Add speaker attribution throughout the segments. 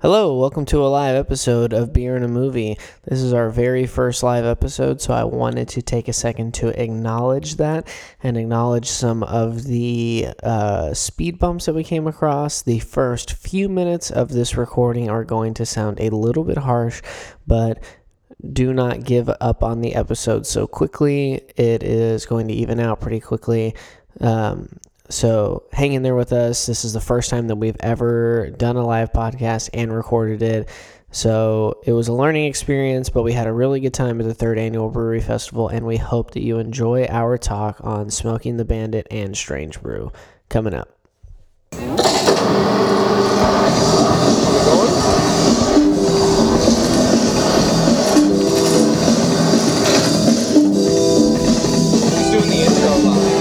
Speaker 1: Hello, welcome to a live episode of Beer and a Movie. This is our very first live episode, so I wanted to take a second to acknowledge that and acknowledge some of the uh, speed bumps that we came across. The first few minutes of this recording are going to sound a little bit harsh, but do not give up on the episode so quickly. It is going to even out pretty quickly. Um, so hang in there with us. This is the first time that we've ever done a live podcast and recorded it. So it was a learning experience, but we had a really good time at the third annual Brewery Festival, and we hope that you enjoy our talk on Smoking the Bandit and Strange Brew coming up.
Speaker 2: Who's doing the intro live?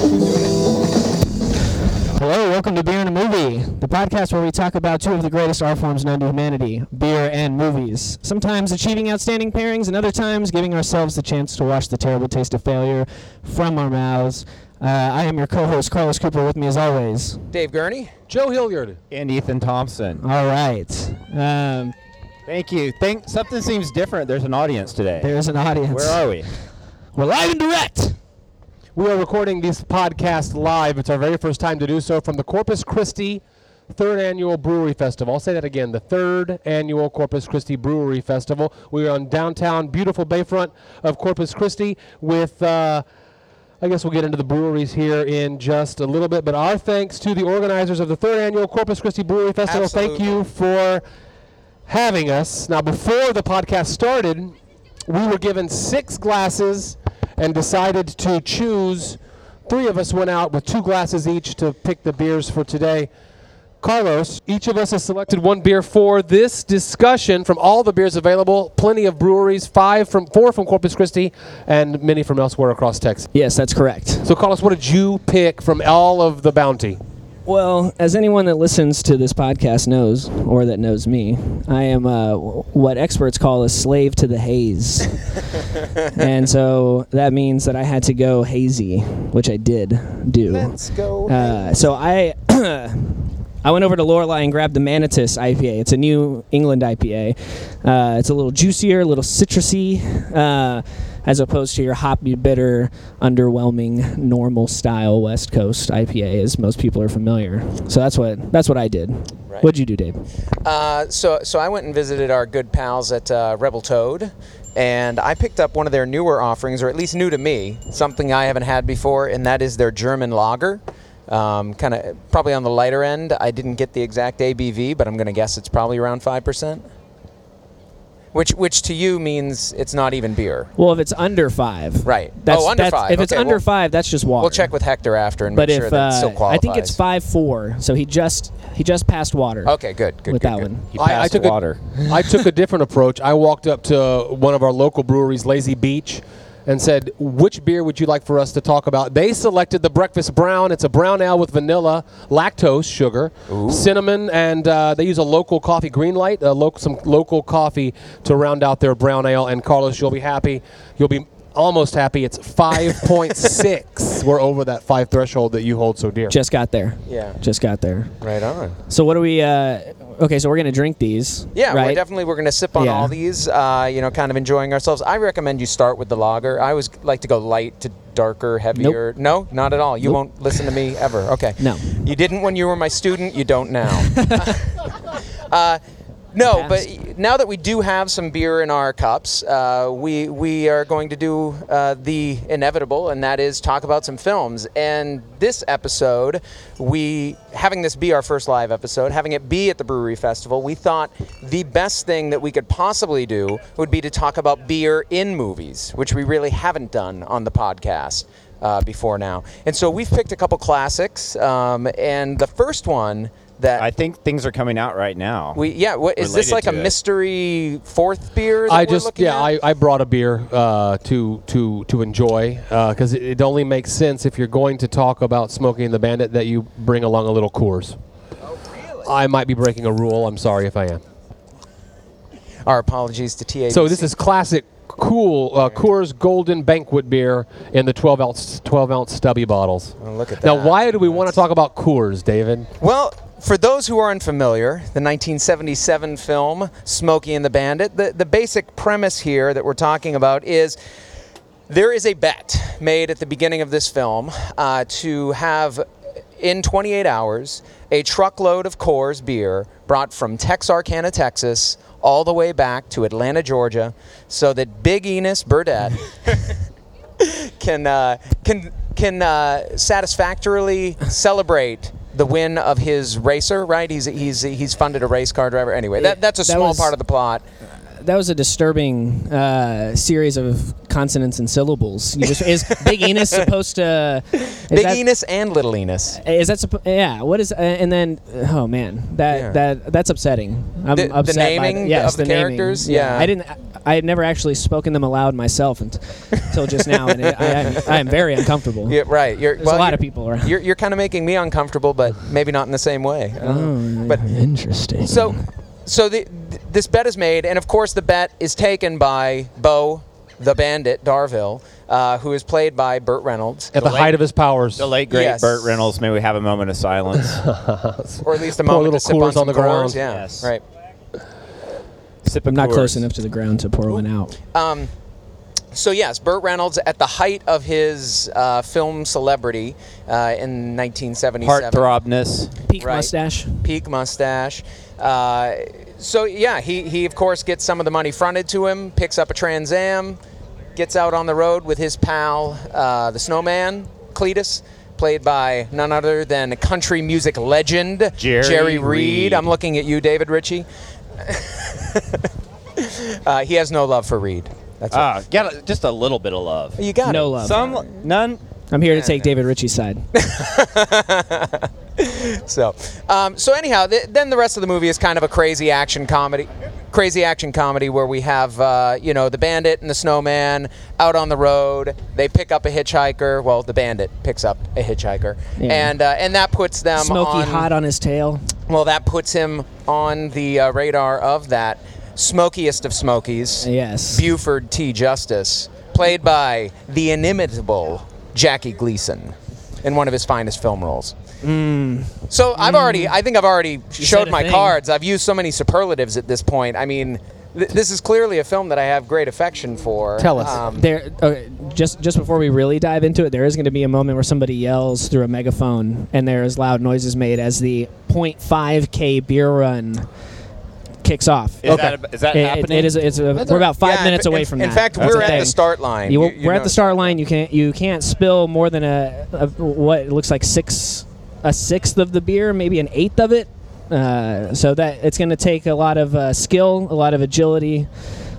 Speaker 2: Who's doing
Speaker 1: Hello, welcome to Beer and a Movie, the podcast where we talk about two of the greatest art forms known to humanity beer and movies. Sometimes achieving outstanding pairings, and other times giving ourselves the chance to wash the terrible taste of failure from our mouths. Uh, I am your co host, Carlos Cooper, with me as always.
Speaker 2: it? Dave Gurney?
Speaker 3: Joe Hilliard.
Speaker 4: and Ethan Thompson.
Speaker 1: All right. Um,
Speaker 4: Thank you. Think something seems different. There's an audience today.
Speaker 1: there is an audience.
Speaker 4: Where are we?
Speaker 1: We're live and direct.
Speaker 3: We are recording this podcast live. It's our very first time to do so from the Corpus Christi Third Annual Brewery Festival. I'll say that again the Third Annual Corpus Christi Brewery Festival. We are on downtown, beautiful Bayfront of Corpus Christi with. Uh, I guess we'll get into the breweries here in just a little bit, but our thanks to the organizers of the third annual Corpus Christi Brewery Festival. Thank you for having us. Now, before the podcast started, we were given six glasses and decided to choose. Three of us went out with two glasses each to pick the beers for today. Carlos, each of us has selected one beer for this discussion from all the beers available. Plenty of breweries, five from four from Corpus Christi, and many from elsewhere across Texas.
Speaker 5: Yes, that's correct.
Speaker 3: So, Carlos, what did you pick from all of the bounty?
Speaker 5: Well, as anyone that listens to this podcast knows, or that knows me, I am uh, w- what experts call a slave to the haze. and so that means that I had to go hazy, which I did do. Let's go. Uh, so I. I went over to Lorelei and grabbed the Manatus IPA. It's a New England IPA. Uh, it's a little juicier, a little citrusy, uh, as opposed to your hoppy, bitter, underwhelming, normal style West Coast IPA, as most people are familiar. So that's what that's what I did.
Speaker 2: Right.
Speaker 5: What'd you do, Dave?
Speaker 2: Uh, so, so I went and visited our good pals at uh, Rebel Toad, and I picked up one of their newer offerings, or at least new to me, something I haven't had before, and that is their German lager. Um, kind of probably on the lighter end. I didn't get the exact ABV, but I'm going to guess it's probably around five percent. Which, which to you means it's not even beer.
Speaker 5: Well, if it's under five,
Speaker 2: Right.
Speaker 5: That's,
Speaker 2: Oh, under
Speaker 5: that's-
Speaker 2: five.
Speaker 5: If it's
Speaker 2: Okay,
Speaker 5: under
Speaker 2: well-
Speaker 5: five, that's just water.
Speaker 2: We'll check with Hector after and
Speaker 5: But
Speaker 2: make
Speaker 5: if
Speaker 2: sure that it still
Speaker 5: uh, I
Speaker 2: qualifies.
Speaker 5: think it's five four, so he just he just passed water.
Speaker 2: Okay, good, good,
Speaker 5: with
Speaker 2: good,
Speaker 5: that
Speaker 2: good.
Speaker 5: one.
Speaker 4: He
Speaker 3: I- I
Speaker 4: passed
Speaker 3: took a-
Speaker 4: water.
Speaker 3: I took a different approach. I walked up to one of our local breweries, Lazy Beach, and said, "Which beer would you like for us to talk about?" They selected the Breakfast Brown. It's a brown ale with vanilla, lactose, sugar, cinnamon, and uh, they use a local coffee, Greenlight, a local, some local coffee to round out their brown ale. And Carlos, you'll be happy. You'll be almost happy. It's 5.6. We're over that five threshold that you hold so dear.
Speaker 5: Just got there.
Speaker 2: Yeah.
Speaker 5: Just got there.
Speaker 2: Right on.
Speaker 5: So what are we? Uh, okay, so we're gonna drink these.
Speaker 2: Yeah,
Speaker 5: right.
Speaker 2: we're definitely we're gonna sip on
Speaker 5: Yeah.
Speaker 2: all these. Uh, you know, kind of enjoying ourselves. I recommend you start with the lager. I always like to go light to darker, heavier. No, not at all. You won't listen to me ever. Okay.
Speaker 5: No.
Speaker 2: You didn't when you were my student. You don't now. uh, no, but now that we do have some beer in our cups, uh, we we are going to do uh, the inevitable, and that is talk about some films. And this episode, we having this be our first live episode, having it be at the brewery festival, we thought the best thing that we could possibly do would be to talk about beer in movies, which we really haven't done on the podcast uh, before now. And so we've picked a couple classics, um, and the first one that
Speaker 4: I think things are coming out right now.
Speaker 2: we yeah, what is this
Speaker 4: Related
Speaker 2: like a
Speaker 4: to it.
Speaker 2: mystery fourth beer? That
Speaker 3: I
Speaker 2: we're
Speaker 3: just
Speaker 2: looking
Speaker 3: yeah
Speaker 2: at?
Speaker 3: I, I brought a beer uh, to to to enjoy because it, it only makes sense if you're going to talk about smoking the bandit that you bring along a little Coors.
Speaker 2: Oh,
Speaker 3: I might be breaking a rule. I'm sorry if I am.
Speaker 2: Our apologies to TA.
Speaker 3: So this is classic cool uh, Coors Golden Banquet beer in the 12 ounce 12 ounce stubby bottles.
Speaker 2: Oh, look at
Speaker 3: Now,
Speaker 2: that.
Speaker 3: why do we want to talk about Coors, David?
Speaker 2: Well, for those who are unfamiliar, the 1977 film Smokey and the Bandit, the, the basic premise here that we're talking about is there is a bet made at the beginning of this film uh, to have, in 28 hours, a truckload of Coors beer brought from Texarkana, Texas, all the way back to Atlanta, Georgia, so that Big Enos Burdett can uh, can can uh, satisfactorily celebrate the win of his racer. Right? He's he's he's funded a race car driver. Anyway, that, that's a
Speaker 5: That
Speaker 2: small
Speaker 5: was-
Speaker 2: part of the plot.
Speaker 5: That was a disturbing uh, series of consonants and syllables. You just, is Big Enos supposed to? Is
Speaker 2: Big
Speaker 5: that,
Speaker 2: Enos and Little Enos.
Speaker 5: Is that supposed? Yeah. What is? Uh, and then, oh man, that
Speaker 2: Yeah.
Speaker 5: that that's upsetting. I'm
Speaker 2: The- the
Speaker 5: upset by
Speaker 2: naming
Speaker 5: that. Yes,
Speaker 2: of the
Speaker 5: naming.
Speaker 2: characters? Yeah.
Speaker 5: I didn't. I had never actually spoken them aloud myself unt- until just now, and it, I, I'm, I am very uncomfortable.
Speaker 2: Yeah, right. You're,
Speaker 5: There's a lot of people around.
Speaker 2: You're, you're kind of making me uncomfortable, but maybe not in the same way. I
Speaker 3: Mm.
Speaker 2: don't know. But
Speaker 5: Interesting.
Speaker 2: So, so the, th- this bet is made, and of course the bet is taken by Bo, the bandit Darville, uh, who is played by Burt Reynolds,
Speaker 3: At the,
Speaker 4: late-
Speaker 3: height of his powers.
Speaker 4: The late great
Speaker 2: Yes.
Speaker 4: Burt Reynolds. May we have a moment of silence?
Speaker 2: or at least a
Speaker 3: Pour a
Speaker 2: moment
Speaker 3: little
Speaker 2: to sip
Speaker 3: Coors
Speaker 2: on, some
Speaker 3: on the
Speaker 2: Coors,
Speaker 3: ground.
Speaker 2: Yeah,
Speaker 4: Yes.
Speaker 2: right.
Speaker 4: Sip a
Speaker 5: I'm not
Speaker 4: Coors.
Speaker 5: close enough to the ground to pour one out.
Speaker 2: Um, so yes, Burt Reynolds at the height of his uh, film celebrity uh, in 1977.
Speaker 4: Heartthrobness.
Speaker 5: Peak
Speaker 2: Right.
Speaker 5: mustache.
Speaker 2: peak mustache. Uh, so yeah, he, he of course gets some of the money fronted to him, picks up a Trans Am, gets out on the road with his pal, uh, the Snowman, Cletus, played by none other than country music legend
Speaker 4: Jerry Reed.
Speaker 2: I'm looking at you, David Ritchie. uh, he has no love for Reed. That's right.
Speaker 4: Ah, got a, just a little bit of love.
Speaker 2: you got
Speaker 5: No
Speaker 2: it.
Speaker 5: love.
Speaker 4: Some none.
Speaker 5: I'm here to take David Ritchie's side.
Speaker 2: So, um, so anyhow, th- then the rest of the movie is kind of a crazy action comedy, crazy action comedy where we have uh, you know the bandit and the snowman out on the road. They pick up a hitchhiker. Well, the bandit picks up a hitchhiker,
Speaker 5: Yeah.
Speaker 2: and uh, and that puts them
Speaker 5: Smoky
Speaker 2: on,
Speaker 5: hot on his tail.
Speaker 2: Well, that puts him on the uh, radar of that smokiest of smokies,
Speaker 5: Yes.
Speaker 2: Buford T. Justice, played by the inimitable Jackie Gleason in one of his finest film roles. So I've already, I think I've already
Speaker 5: said
Speaker 2: showed
Speaker 5: a
Speaker 2: my
Speaker 5: thing.
Speaker 2: cards. I've used so many superlatives at this point. I mean, th- this is clearly a film that I have great affection for. Um,
Speaker 1: Tell us.
Speaker 5: There, okay, just just before we really dive into it, there is going to be a moment where somebody yells through a megaphone, and there is loud noises made as the 0.5k beer run kicks off.
Speaker 4: Is that a- is that
Speaker 5: It- it-
Speaker 4: happening?
Speaker 5: it is. It's a, we're about five
Speaker 2: Yeah,
Speaker 5: minutes
Speaker 2: in-
Speaker 5: away from
Speaker 2: in
Speaker 5: that.
Speaker 2: fact,
Speaker 5: That's
Speaker 2: we're at the
Speaker 5: thing.
Speaker 2: start line.
Speaker 5: You-
Speaker 2: You- you
Speaker 5: we're at the
Speaker 2: noticed
Speaker 5: start line. You can't you can't spill more than a, a what looks like six a sixth of the beer, maybe an eighth of it. Uh, so that it's going to take a lot of uh, skill, a lot of agility,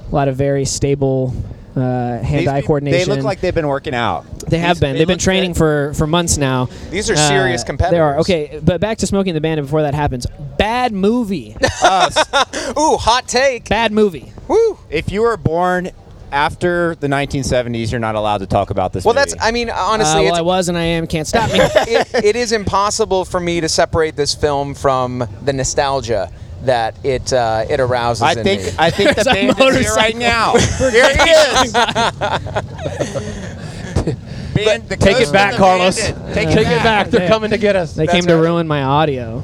Speaker 5: a lot of very stable uh,
Speaker 4: These
Speaker 5: hand-eye
Speaker 4: peop-
Speaker 5: coordination.
Speaker 4: They look like they've been working out.
Speaker 5: They have
Speaker 4: These-
Speaker 5: been.
Speaker 4: they
Speaker 5: They've been
Speaker 4: look
Speaker 5: training
Speaker 4: fit.
Speaker 5: for for months now. Uh,
Speaker 2: These are serious
Speaker 5: They are
Speaker 2: competitors.
Speaker 5: okay, but back to smoking the bandit before that happens. Bad movie.
Speaker 2: Ooh, hot take.
Speaker 5: Bad movie.
Speaker 2: Woo.
Speaker 4: If you were born after the 1970s, you're not allowed to talk about this.
Speaker 2: Well,
Speaker 4: movie.
Speaker 2: that's. I mean,
Speaker 5: Uh,
Speaker 2: honestly,
Speaker 5: well,
Speaker 2: it's,
Speaker 5: I was and I am. Can't stop me.
Speaker 2: it, it is impossible for me to separate this film from the nostalgia that it uh, it arouses.
Speaker 4: I
Speaker 2: in
Speaker 4: think
Speaker 2: me.
Speaker 4: I think the
Speaker 5: There's a
Speaker 4: bandit's here right
Speaker 5: motorcycle.
Speaker 4: now. here he is. Band- the
Speaker 3: Take
Speaker 4: ghost
Speaker 3: it
Speaker 4: of
Speaker 3: back,
Speaker 4: the
Speaker 3: Carlos.
Speaker 4: bandit. Take
Speaker 3: Take it back. They're
Speaker 5: Yeah.
Speaker 3: coming to get us.
Speaker 5: They came to ruin my audio.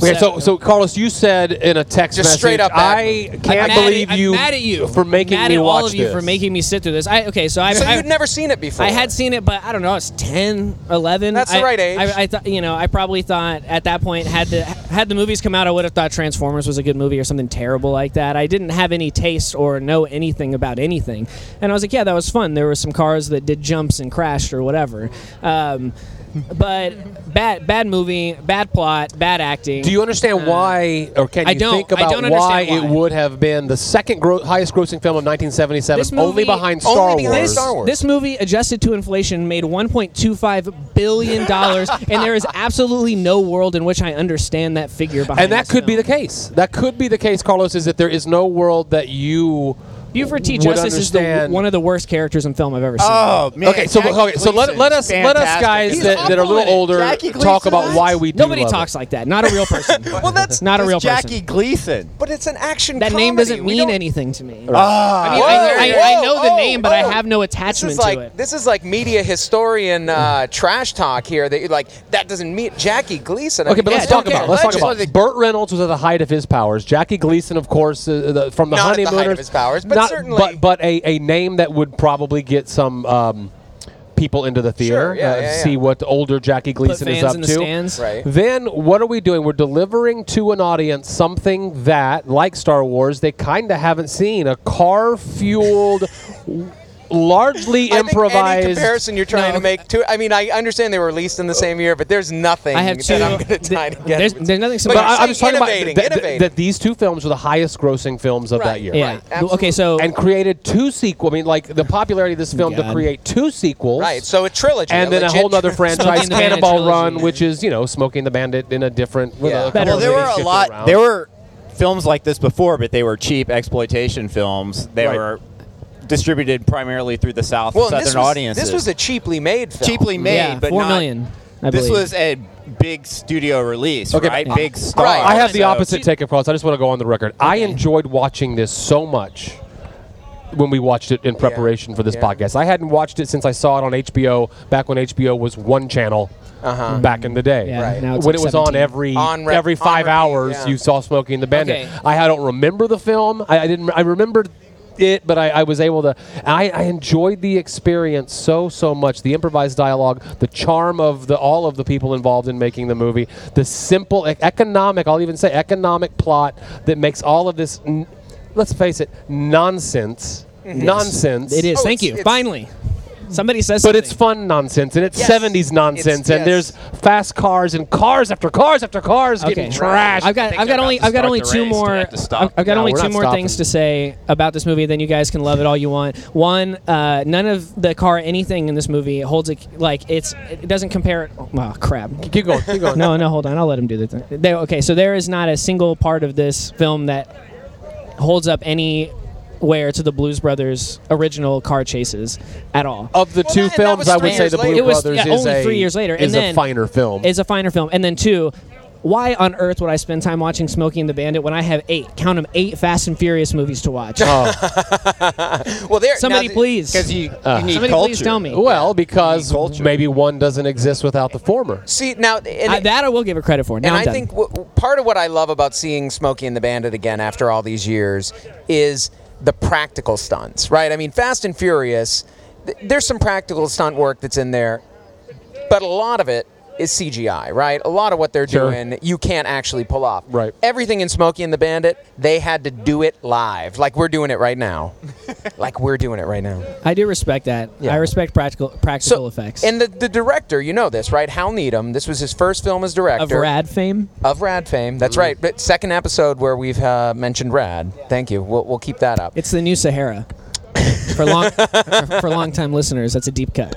Speaker 3: Okay, so so Carlos, you said in a text
Speaker 2: Just
Speaker 3: message,
Speaker 2: straight up bad
Speaker 3: I
Speaker 2: move."
Speaker 3: can't
Speaker 5: I'm mad
Speaker 3: believe
Speaker 5: at,
Speaker 3: you.
Speaker 5: I'm mad at you
Speaker 3: for making
Speaker 5: mad
Speaker 3: me
Speaker 5: at
Speaker 3: watch
Speaker 5: all of you
Speaker 3: this.
Speaker 5: for making me sit through this. I okay, so I
Speaker 2: so
Speaker 5: I,
Speaker 2: you'd never seen it before.
Speaker 5: I had seen it, but I don't know. I was 10, 11.
Speaker 2: That's the
Speaker 5: I-
Speaker 2: right age.
Speaker 5: I, I thought you know. I probably thought at that point had the had the movies come out, I would have thought Transformers was a good movie or something terrible like that. I didn't have any taste or know anything about anything, and I was like, yeah, that was fun. There were some cars that did jumps and crashed or whatever. Um, but bad bad movie, bad plot, bad acting.
Speaker 3: Do you understand why, or can
Speaker 5: Uh, I
Speaker 3: you
Speaker 5: don't-
Speaker 3: think
Speaker 5: I
Speaker 3: about
Speaker 5: don't
Speaker 3: why,
Speaker 5: understand
Speaker 3: it
Speaker 5: why.
Speaker 3: would have been the second gro- highest grossing film of 1977,
Speaker 5: This
Speaker 3: only
Speaker 5: movie-
Speaker 3: behind
Speaker 2: Only
Speaker 3: Star
Speaker 2: behind
Speaker 3: Wars?
Speaker 2: Star Wars.
Speaker 5: This movie, adjusted to inflation, made 1.25 billion dollars, and there is absolutely no world in which I understand that figure behind.
Speaker 3: And that
Speaker 5: this
Speaker 3: could be
Speaker 5: film.
Speaker 3: the case. That could be the case, Carlos, is that there is no world that you
Speaker 5: Buford T.
Speaker 3: would
Speaker 5: Justice is the,
Speaker 3: understand-
Speaker 5: one of the worst characters in film I've ever seen.
Speaker 4: Oh man.
Speaker 3: Okay, so okay, so let, let us let us guys that, that are a little older talk about why we do
Speaker 5: Nobody
Speaker 3: love it.
Speaker 5: talks like that. Not a real person.
Speaker 2: Well, that's
Speaker 5: not a real
Speaker 4: Jackie
Speaker 5: person.
Speaker 4: Gleason.
Speaker 2: But it's an action.
Speaker 5: That name
Speaker 2: comedy.
Speaker 5: doesn't
Speaker 2: We
Speaker 5: mean
Speaker 2: don't-
Speaker 5: anything to me.
Speaker 4: Ah,
Speaker 5: I, mean, I-
Speaker 2: Whoa,
Speaker 5: I- I know the
Speaker 2: whoa,
Speaker 5: name, but
Speaker 2: oh.
Speaker 5: I have no
Speaker 2: This
Speaker 5: attachment
Speaker 2: is like
Speaker 5: to it.
Speaker 2: this is like media historian uh, trash talk here. That you're like that doesn't mean Jackie Gleason. I
Speaker 3: Okay,
Speaker 2: mean,
Speaker 3: but
Speaker 2: yeah,
Speaker 3: let's talk
Speaker 2: okay,
Speaker 3: about let's talk
Speaker 2: legend.
Speaker 3: about Burt Reynolds was at the height of his powers. Jackie Gleason, of course, uh, the, from the
Speaker 2: Not at the height
Speaker 3: honeymooners.
Speaker 2: of his powers, but certainly-
Speaker 3: But but a, a name that would probably get some um, people into the
Speaker 2: Sure,
Speaker 3: theater.
Speaker 2: yeah,
Speaker 3: uh,
Speaker 2: yeah, yeah.
Speaker 3: See what older Jackie
Speaker 5: Put
Speaker 3: Gleason is
Speaker 5: fans
Speaker 3: up
Speaker 5: in
Speaker 3: to.
Speaker 5: the stands.
Speaker 2: Right.
Speaker 3: Then what are we doing? We're delivering to an audience something that, like Star Wars, they kind of haven't seen. A car fueled, largely
Speaker 2: I Think any
Speaker 3: improvised.
Speaker 2: comparison you're trying to make to. I mean, I understand they were released in the same year, but there's nothing
Speaker 5: I have two.
Speaker 2: that I'm going to tie together.
Speaker 5: there's,
Speaker 2: with-
Speaker 5: there's nothing.
Speaker 2: But
Speaker 5: similar.
Speaker 3: but I,
Speaker 2: You're
Speaker 3: I'm just talking about
Speaker 2: innovating,
Speaker 3: that- that-
Speaker 2: innovating.
Speaker 3: that these two films were the highest grossing films of that
Speaker 2: Right,
Speaker 3: year.
Speaker 5: yeah.
Speaker 2: Right,
Speaker 5: okay. So
Speaker 3: and created two sequel. I mean, like the popularity of this film to
Speaker 5: God.
Speaker 3: create two sequels,
Speaker 2: right. So a trilogy,
Speaker 3: and then a
Speaker 2: legit
Speaker 3: whole other
Speaker 2: tri-
Speaker 3: franchise,
Speaker 5: Smoking the Bandit
Speaker 3: Cannonball
Speaker 5: trilogy.
Speaker 3: Run, which is you know Smoking the Bandit in a different. with
Speaker 2: Yeah.
Speaker 3: a couple
Speaker 5: Better.
Speaker 4: well,
Speaker 3: of
Speaker 4: there were
Speaker 3: things
Speaker 4: a
Speaker 3: shifted
Speaker 4: lot.
Speaker 3: around.
Speaker 4: There were films like this before, but they were cheap exploitation films. They
Speaker 3: Right.
Speaker 4: were distributed primarily through the South
Speaker 2: Well, and
Speaker 4: Southern
Speaker 2: this was,
Speaker 4: audiences.
Speaker 2: this was a cheaply made film.
Speaker 4: cheaply made,
Speaker 5: yeah,
Speaker 4: but
Speaker 5: four
Speaker 4: not-
Speaker 5: million, I
Speaker 4: this
Speaker 5: believe.
Speaker 4: was a big studio release,
Speaker 3: Okay,
Speaker 4: right?
Speaker 3: but-
Speaker 4: Big star.
Speaker 2: Right.
Speaker 3: I have the
Speaker 4: So-
Speaker 3: opposite take of Cross. I just want to go on the record. I enjoyed watching this so much when we watched it in preparation for this
Speaker 2: Yeah.
Speaker 3: podcast. I hadn't watched it since I saw it on HBO back when HBO was one channel
Speaker 2: Uh-huh.
Speaker 3: back in the day.
Speaker 5: Yeah, Right. now it's
Speaker 3: when
Speaker 5: like
Speaker 3: it was
Speaker 5: 17.
Speaker 3: on every
Speaker 2: On re-
Speaker 3: every
Speaker 2: on
Speaker 3: 5
Speaker 2: repeat,
Speaker 3: hours
Speaker 2: yeah.
Speaker 3: you saw Smoking the Bandit.
Speaker 5: Okay.
Speaker 3: I, I don't remember the film. I, I didn't I remembered it, but I, I was able to. I, I enjoyed the experience so so much. The improvised dialogue, the charm of the all of the people involved in making the movie, the simple e- economic. I'll even say economic plot that makes all of this. N- let's face it, nonsense. Nonsense.
Speaker 5: It is.
Speaker 2: Oh,
Speaker 5: Thank
Speaker 2: it's-
Speaker 5: you.
Speaker 2: it's-
Speaker 5: Finally, somebody says.
Speaker 3: But it's
Speaker 5: something.
Speaker 3: fun nonsense, and it's
Speaker 2: Yes.
Speaker 3: 70s
Speaker 2: It's-
Speaker 3: nonsense,
Speaker 2: yes.
Speaker 3: and there's fast cars and cars after cars after cars getting trashed.
Speaker 5: I've got,
Speaker 4: think
Speaker 5: I've
Speaker 4: they're
Speaker 5: got
Speaker 4: about
Speaker 5: only,
Speaker 4: to
Speaker 5: I've got
Speaker 4: start
Speaker 5: only
Speaker 4: the
Speaker 5: two
Speaker 4: race. They
Speaker 5: more.
Speaker 4: have to stop.
Speaker 5: I've, I've got
Speaker 3: No,
Speaker 5: only
Speaker 3: we're
Speaker 5: two
Speaker 3: not
Speaker 5: more things
Speaker 3: stopping.
Speaker 5: to say about this movie. Then you guys can love it all you want. One, uh, none of the car anything in this movie holds a, like it's, it doesn't compare. Oh crap.
Speaker 3: keep going, keep going.
Speaker 5: No, no, hold on. I'll let him do the thing. There, okay, so there is not a single part of this film that holds up anywhere to the Blues Brothers original car chases at all.
Speaker 3: Of the
Speaker 2: Well,
Speaker 3: two
Speaker 2: that- that
Speaker 3: films,
Speaker 2: was
Speaker 3: I would say
Speaker 2: Strangers
Speaker 3: the Blue
Speaker 2: Later. It
Speaker 5: was-
Speaker 3: Brothers
Speaker 5: yeah,
Speaker 3: is
Speaker 5: only
Speaker 3: a
Speaker 5: three years later, and
Speaker 3: is a
Speaker 5: then-
Speaker 3: finer film.
Speaker 5: is a finer film. And then two, why on earth would I spend time watching Smokey and the Bandit when I have eight, count them, eight Fast and Furious movies to watch?
Speaker 3: Uh,
Speaker 2: Well, there.
Speaker 5: Somebody
Speaker 2: now the-
Speaker 5: please.
Speaker 4: because you, you need
Speaker 5: Uh, Somebody
Speaker 4: culture.
Speaker 5: please tell me.
Speaker 3: well, because
Speaker 4: Culture.
Speaker 3: maybe one doesn't exist without the former.
Speaker 2: See now, and
Speaker 5: I, that I will give it credit for. Now
Speaker 2: and
Speaker 5: I'm
Speaker 2: I
Speaker 5: done.
Speaker 2: think w- w- part of what I love about seeing Smokey and the Bandit again after all these years is the practical stunts, right? I mean, Fast and Furious, th- there's some practical stunt work that's in there, but a lot of it is CGI, right? A lot of what they're
Speaker 3: Sure.
Speaker 2: doing, you can't actually pull off.
Speaker 3: Right.
Speaker 2: Everything in Smokey and the Bandit, they had to do it live, like we're doing it right now, like we're doing it right now.
Speaker 5: I do respect that.
Speaker 2: Yeah.
Speaker 5: I respect practical practical effects.
Speaker 2: And the, the director, you know this, right? Hal Needham. This was his first film as director
Speaker 5: of rad fame,
Speaker 2: of Rad fame. That's right. But second episode where we've uh, mentioned Rad. Thank you. We'll, we'll keep that up.
Speaker 5: it's the new Sahara. for long for long time listeners, that's a deep cut.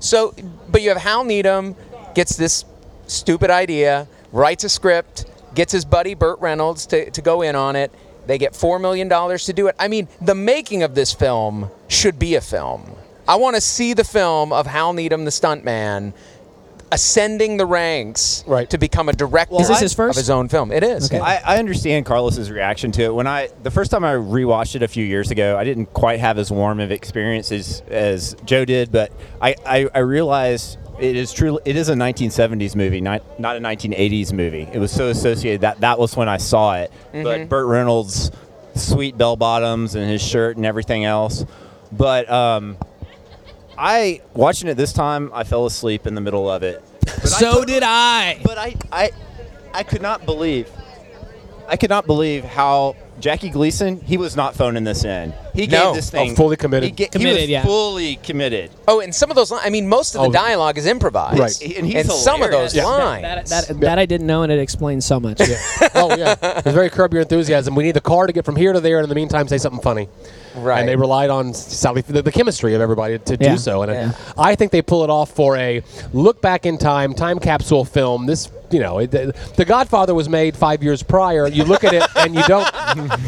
Speaker 2: So, but you have Hal Needham gets this stupid idea, writes a script, gets his buddy Burt Reynolds to, to go in on it. They get $4 million to do it. I mean, the making of this film should be a film. I want to see the film of Hal Needham, the stuntman, ascending the ranks
Speaker 3: Right.
Speaker 2: to become a director
Speaker 4: Is this
Speaker 5: his
Speaker 2: of
Speaker 5: first?
Speaker 2: his own film. It is.
Speaker 5: Okay.
Speaker 4: I, I understand Carlos's reaction to it. When I the first time I rewatched it a few years ago, I didn't quite have as warm of experience as, as Joe did, but I, I, I realized it is truly it is a 1970s movie, not not a 1980s movie. It was so associated that that was when I saw it. But Burt Reynolds' sweet bell bottoms and his shirt and everything else, but um, I watching it this time, I fell asleep in the middle of it. But I
Speaker 5: so
Speaker 4: tot-
Speaker 5: did I.
Speaker 4: but I, I, I could not believe, I could not believe how Jackie Gleason he was not phoning this in. He
Speaker 2: No.
Speaker 4: gave this
Speaker 3: Oh,
Speaker 4: thing
Speaker 3: fully committed.
Speaker 4: He, ga- he
Speaker 5: Committed,
Speaker 4: was
Speaker 5: yeah.
Speaker 4: fully committed.
Speaker 2: Oh, and some of those. Li- I mean, most of the
Speaker 3: Oh.
Speaker 2: dialogue is improvised.
Speaker 3: Right.
Speaker 4: And he's
Speaker 2: some of those
Speaker 4: hilarious. Yeah.
Speaker 2: lines.
Speaker 5: That, that, that I didn't know, and it explains so much.
Speaker 3: oh yeah, it's very curb your enthusiasm. We need the car to get from here to there, and in the meantime, say something funny.
Speaker 2: Right.
Speaker 3: And they relied on Sally, the, the chemistry of everybody to
Speaker 5: Yeah.
Speaker 3: do so. And
Speaker 2: Yeah.
Speaker 3: I think they pull it off for a look back in time, time capsule film. This you know, it, the, the Godfather was made five years prior. You look at it and you don't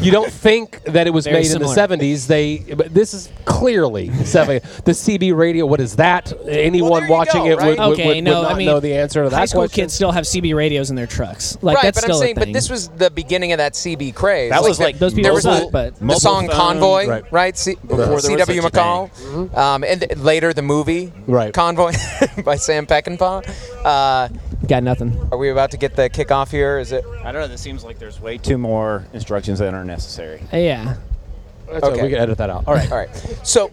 Speaker 3: you don't think that it was
Speaker 5: Very
Speaker 3: made
Speaker 5: similar.
Speaker 3: in the '70s. They but this is clearly '70. The CB radio, what is that?
Speaker 2: Well,
Speaker 3: Anyone
Speaker 2: there you
Speaker 3: watching
Speaker 2: go,
Speaker 3: it would,
Speaker 2: right?
Speaker 3: would,
Speaker 5: Okay,
Speaker 3: would- would
Speaker 5: no,
Speaker 3: not
Speaker 5: I mean,
Speaker 3: know the answer to that
Speaker 5: High school
Speaker 3: question.
Speaker 5: kids still have CB radios in their trucks. Like
Speaker 2: right,
Speaker 5: that's
Speaker 2: but I'm
Speaker 5: still
Speaker 2: saying,
Speaker 5: a thing.
Speaker 2: but this was the beginning of that CB craze.
Speaker 4: That was
Speaker 2: the-
Speaker 4: like
Speaker 5: Those people
Speaker 2: there was
Speaker 5: suck,
Speaker 2: the,
Speaker 5: but-
Speaker 2: the
Speaker 4: Mobile
Speaker 2: song
Speaker 4: phone,
Speaker 2: Convoy,
Speaker 3: right.
Speaker 2: right? C-
Speaker 4: there was such
Speaker 2: C.W.
Speaker 4: a Mm-hmm.
Speaker 2: McCall, um, and th- later the movie
Speaker 3: Right.
Speaker 2: Convoy by Sam Peckinpah. Uh,
Speaker 5: got nothing.
Speaker 2: are we about to get the kickoff here? Is it
Speaker 4: I don't know. This seems like there's way too more instructions than are necessary.
Speaker 5: Yeah,
Speaker 3: That's all right,
Speaker 2: Okay.
Speaker 3: we can edit that out. All right.
Speaker 2: all right? So